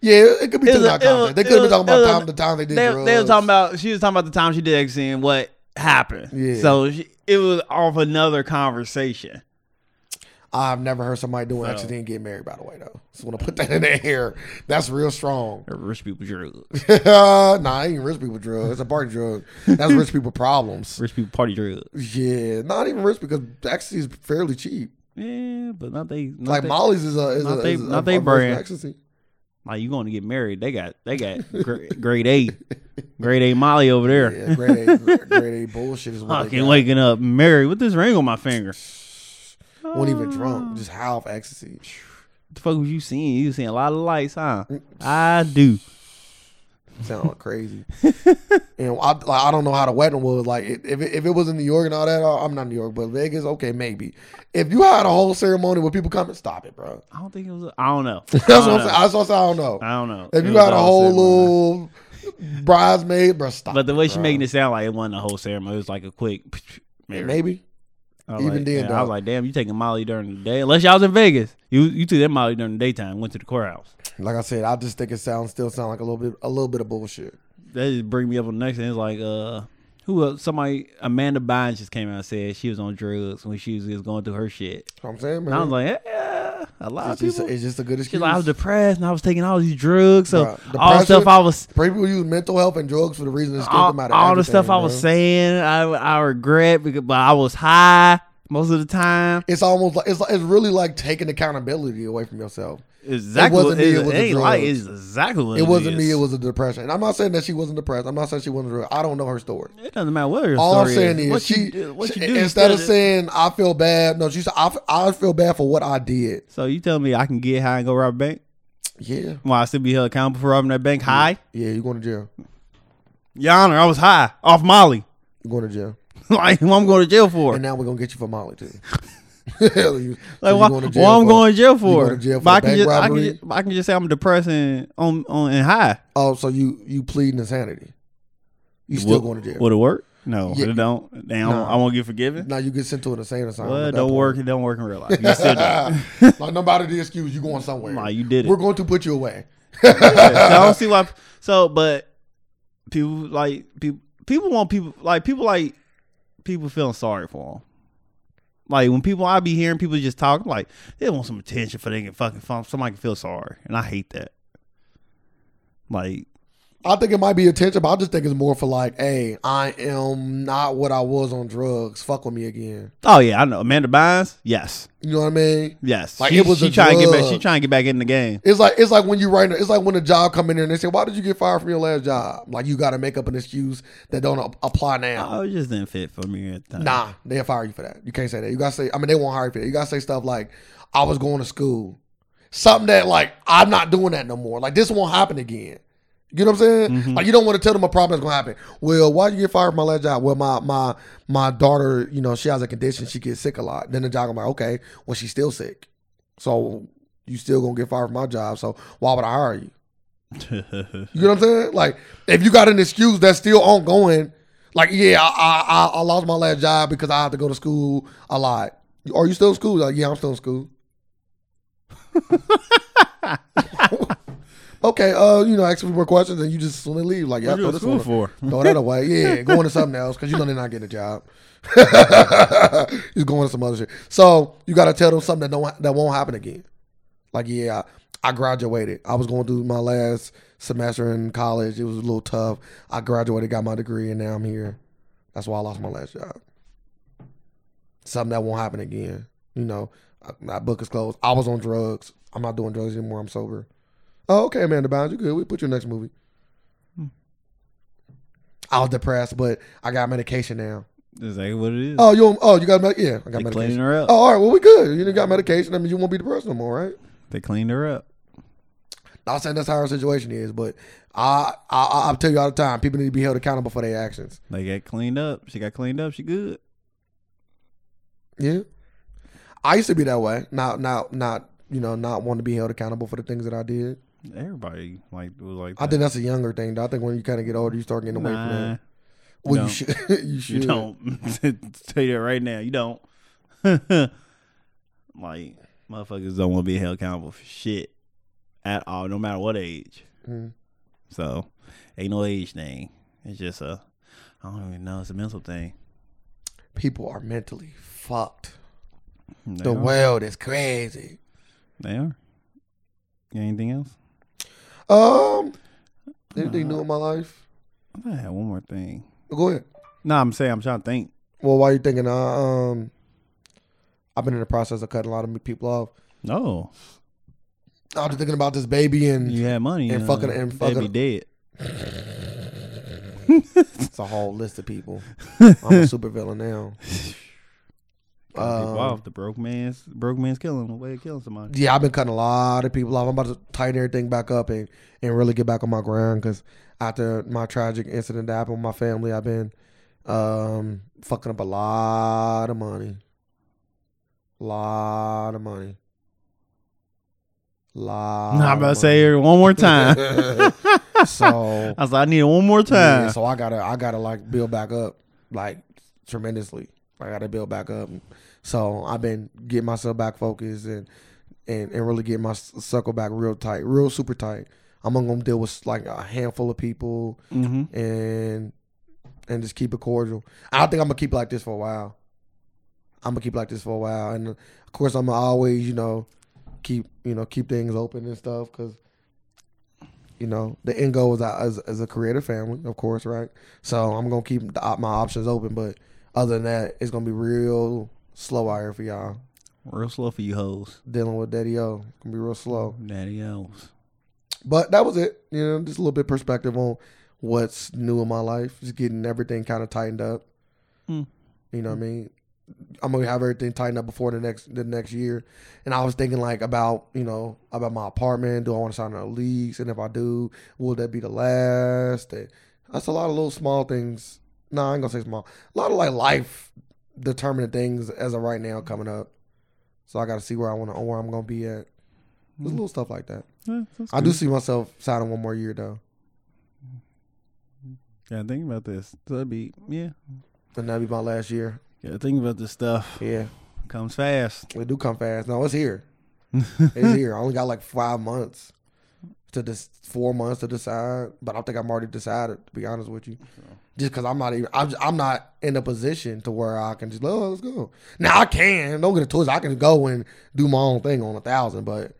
Yeah, it could be
It
taken
was-
out of
it was-
context. They
it
could have been
was-
talking
it
about
was-
time to time they
they,
did drugs.
they was talking about she was talking about the time she did X and what happened.
Yeah.
So she, it was off another conversation.
I've never heard somebody doing
So-
accident and get married. By the way, though, just want to put that in the air. That's real strong.
Rich people drugs.
*laughs* nah, I ain't rich people drug. It's a party drug. That's rich people problems.
Rich people party drugs.
Yeah, not even rich because ecstasy is fairly cheap.
*laughs* Yeah, but not they not
Like
they,
Molly's is a is
not
a,
they-
is a-
not
a
they
version of
brand. *laughs*
ecstasy.
like you going to get married. They got they got gr- *laughs* grade A, grade A Molly over there.
Yeah, grade A, grade A bullshit is what they
Fucking
got.
waking up married with this ring on my finger.
Wasn't even drunk, just high off ecstasy. *sighs*
the fuck was you seeing? You seeing a lot of lights, huh?
Mm.
I do. *laughs*
Sound crazy. and I, like, I don't know how the wedding was. Like, if it, if it was in New York and all that, uh, I'm not New York, but Vegas, okay, maybe. If you had a whole ceremony where people come and stop it, bro.
I don't think it was. I don't know.
*laughs* That's what I'm saying. That's what I'm saying. I don't know.
I don't know.
If
It
you
was
had a
all
whole
ceremony.
little bridesmaid, bro, stop
but the way she
bro.
making it sound like it wasn't a whole ceremony, it was like a quick. *sniffs* marriage.
Maybe.
I was
even
like,
then,
yeah, I was
dog.
like, "Damn, you taking Molly during the day? Unless y'all was in Vegas, you you took that Molly during the daytime. Went to the courthouse.
Like I said, I just think it sounds still sound like a little bit a little bit of bullshit.
That just bring me up on the next thing. It's like, uh, who else? Somebody Amanda Bynes just came out and said she was on drugs when she was just going through her shit.
You know what I'm saying, man.
And I was like, yeah, a lot
it's,
of
just,
people.
it's just a good
She's
excuse.
like, I was depressed and I was taking all these drugs. So
Bruh,
all the stuff
depression-
I was,
People use mental health and drugs for the reason to escape
all,
them out of
all the stuff
everything,
I was
bro.
saying, I, I regret, because, but I was high most of the time.
it's almost like it's, like- it's really like taking accountability away from yourself.
Exactly.
wasn't me,
it's-
it was the
ain't like
drugs.
it's exactly what
It wasn't
is.
me. It was a depression. And I'm not saying that she wasn't depressed. I'm not saying she wasn't real. I don't know her story.
It doesn't matter what your
All I'm
story
saying is,
What
she,
you, do- what
she-
you do
instead of
is-
saying I feel bad, no, she said I, f- I feel bad for what I did.
So you tell me I can get high and go rob a bank?
Yeah,
Why I still be held accountable for robbing that bank high?
yeah, you're going to jail.
Your Honor, I was high off Molly. *laughs*
You're going to jail.
like who I'm going to jail for?
And now we're gonna get you for
*laughs*
Molly too. You-
Like
you
why,
going to
why
jail
I'm
for-
going to jail
going
for?
to jail for
but I
the
can
bank
just I can
robbery?
just, I can just say I'm depressed and on on and high.
Oh, so you you plead insanity? You still
Would-
going to jail?
Would it work? No,
Yeah.
it don't. Damn,
Nah.
I won't get forgiven.
Now you get sent to an insane asylum.
well,
at
it
that
don't
point. *laughs*
work. It don't work in real life. You still don't.
like nobody to excuse you going somewhere.
Nah, you did it.
We're going to put you away.
Yeah, so I don't see why. So, but people like people. People want people like people like people feeling sorry for them. Like when people I be hearing people just talk, I'm like they want some attention for they can fucking fun, somebody can feel sorry, and I hate that. Like
I think it might be attention, but I just think it's more for like, hey, I am not what I was on drugs. Fuck with me again.
oh yeah, I know Amanda Bynes. Yes,
You know what I mean?
yes.
Like,
she,
it was
she
a
trying to get back.
drug.
She trying to get back in the game.
It's like it's like when you write. It's like when a job come in there and they say, "Why did you get fired from your last job?" Like you got to make up an excuse that don't ap- apply now.
Oh, it just didn't fit for me at the time.
Nah, they'll fire you for that. You can't say that. You gotta say, I mean, they won't hire you for that. You gotta say stuff like, I was going to school. Something that like I'm not doing that no more. Like this won't happen again. You know what I'm saying? Like you don't want to tell them a problem that's gonna happen. Well, why would you get fired from my last job? Well, my my my daughter, you know, she has a condition. She gets sick a lot. Then the job, I'm like, okay, well, she's still sick. So you still gonna get fired from my job. So why would I hire you?
*laughs*
You know what I'm saying? Like, if you got an excuse that's still ongoing, like, yeah, I I, I lost my last job because I had to go to school a lot. Are you still in school? Like, yeah, I'm still
*laughs*
in school. *laughs* okay, uh, you know, ask me more questions and you just want to leave. Like, yeah,
what you
throw
in
this
school
one.
for?
Throw that away. Yeah, going to something else because you know they're not getting a job. He's going to some other shit. So you got to tell them something that don't that won't happen again. Like yeah, I graduated. I was going through my last semester in college. It was a little tough. I graduated, got my degree, and now I'm here. That's why I lost my last job. Something that won't happen again. You know, I- my book is closed. I was on drugs. I'm not doing drugs anymore. I'm sober. Oh, okay, Amanda Bynes, you good. We put your next movie. I was depressed, but I got medication now.
Exactly what it is.
Oh, you on- oh you got med- yeah, I got
they
medication.
cleaning her up.
Oh, all right, well we good. You done got medication. I mean, you won't be depressed no more, right?
They cleaned her up.
Not saying that's how our situation is, but I I I I'll tell you all the time, people need to be held accountable for their actions.
They got cleaned up. She got cleaned up. She good.
Yeah, I used to be that way. Not not not you know not wanting to be held accountable for the things that I did.
Everybody like was like
I
that.
think that's a younger thing. though. I think when you kind of get older, you start getting away from
Nah,
that. Well,
No.
you should *laughs* you should
you don't. *laughs* Tell you that right now, you don't. *laughs* like motherfuckers don't want to be held accountable for shit at all, no matter what age.
Mhm.
So ain't no age thing. It's just a I don't even know. It's a mental thing.
People are mentally fucked.
They
The
are.
world is crazy.
They are. You got anything else?
Um, anything new in my life?
I thought I had one more thing.
Go ahead.
No, I'm saying I'm trying to think.
Well, why you thinking? Uh, um, I've been in the process of cutting a lot of people off.
No,
I was just thinking about this baby, and
you had money
Mm. And
uh,
fucking- and
they'd
fucking-
be dead.
it's a whole list of people. I'm a super villain now.
Cutting people
Um,
off. The broke man's broke man's killing the way of killing somebody.
Yeah, I've been cutting a lot of people off. I'm about to tighten everything back up and, and really get back on my ground because after my tragic incident that happened with my family, I've been um, fucking up a lot of money. Lot of money. Lot.
Nah, I'm about
of
to
money.
say it one
*laughs*
more time.
so
I was like, I need it one more
yeah,
time.
so I gotta I gotta like build back up like tremendously. I gotta build back up. So I've been getting myself back focused and and, and really getting my s- circle back real tight, real super tight. I'm only gonna deal with like a handful of people
Mm-hmm.
and and just keep it cordial. I don't think I'm gonna keep it like this for a while. I'm gonna keep it like this for a while, and of course I'm gonna always, you know, keep you know keep things open and stuff because you know the end goal is as as a creative family, of course, right? So I'm gonna keep the, op- my options open, but other than that, it's gonna be real slow out here for y'all.
Real slow for you hoes.
Dealing with Daddy O can be real slow.
Daddy O's.
But that was it. You know, just a little bit perspective on what's new in my life. Just getting everything kind of tightened up.
Mm.
You know what I mean? I'm gonna have everything tightened up before the next the next year. And I was thinking like about you know about my apartment. Do I want to sign a lease? And if I do, will that be the last? And that's a lot of little small things. No, nah, I ain't gonna say small. A lot of like life determinant things as of right now coming up. So I got to see where I want to where I'm gonna be at. There's little stuff like that. I
Mm-hmm.
do see myself signing one more year though,
Yeah, think about this. That'd be yeah.
and that'll be my last year.
Yeah, think about this stuff.
Yeah,
Comes fast.
it do come fast. No, it's here. it's here. I only got like five months to this four months to decide, but I think I'm already decided. To be honest with you, just because I'm not even I'm, just- I'm not in a position to where I can just oh let's go. Now I can don't get a twist. I can go and do my own thing on a thousand, but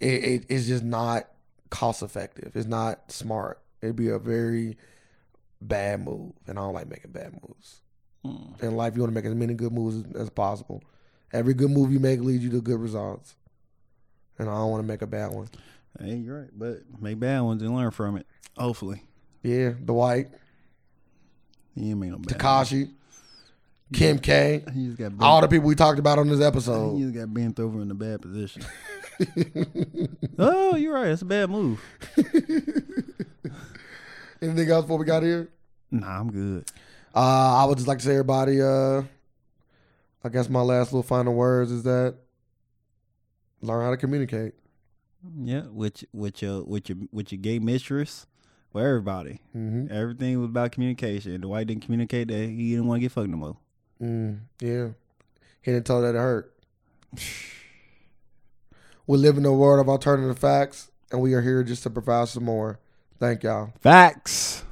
it, it it's just not cost effective. It's not smart. It'd be a very bad move, and I don't like making bad moves
Mm.
in life. You want to make as many good moves as, as possible. Every good move you make leads you to good results, and I don't want to make a bad one.
Hey, you're right. But make bad ones and learn from it. Hopefully.
Yeah, Dwight,
You ain't made no bad ones.
Takashi, Kim K,
He just got bent,
all the people we talked about on this
he *laughs*
episode. *laughs*
just got bent over in a bad position. oh, you're right. It's a bad move.
Anything else before we got here?
Nah, I'm good.
Uh, I would just like to say, everybody. Uh, I guess my last little final words is that learn how to communicate.
Yeah, with with your with your with your gay mistress, with everybody.
hmm
Everything was about communication. Dwight didn't communicate that he didn't want to get fucked no more. *laughs*
Mm, yeah, he didn't tell her that it hurt. We live in a world of alternative facts, and we are here just to provide some more. Thank y'all.
Facts.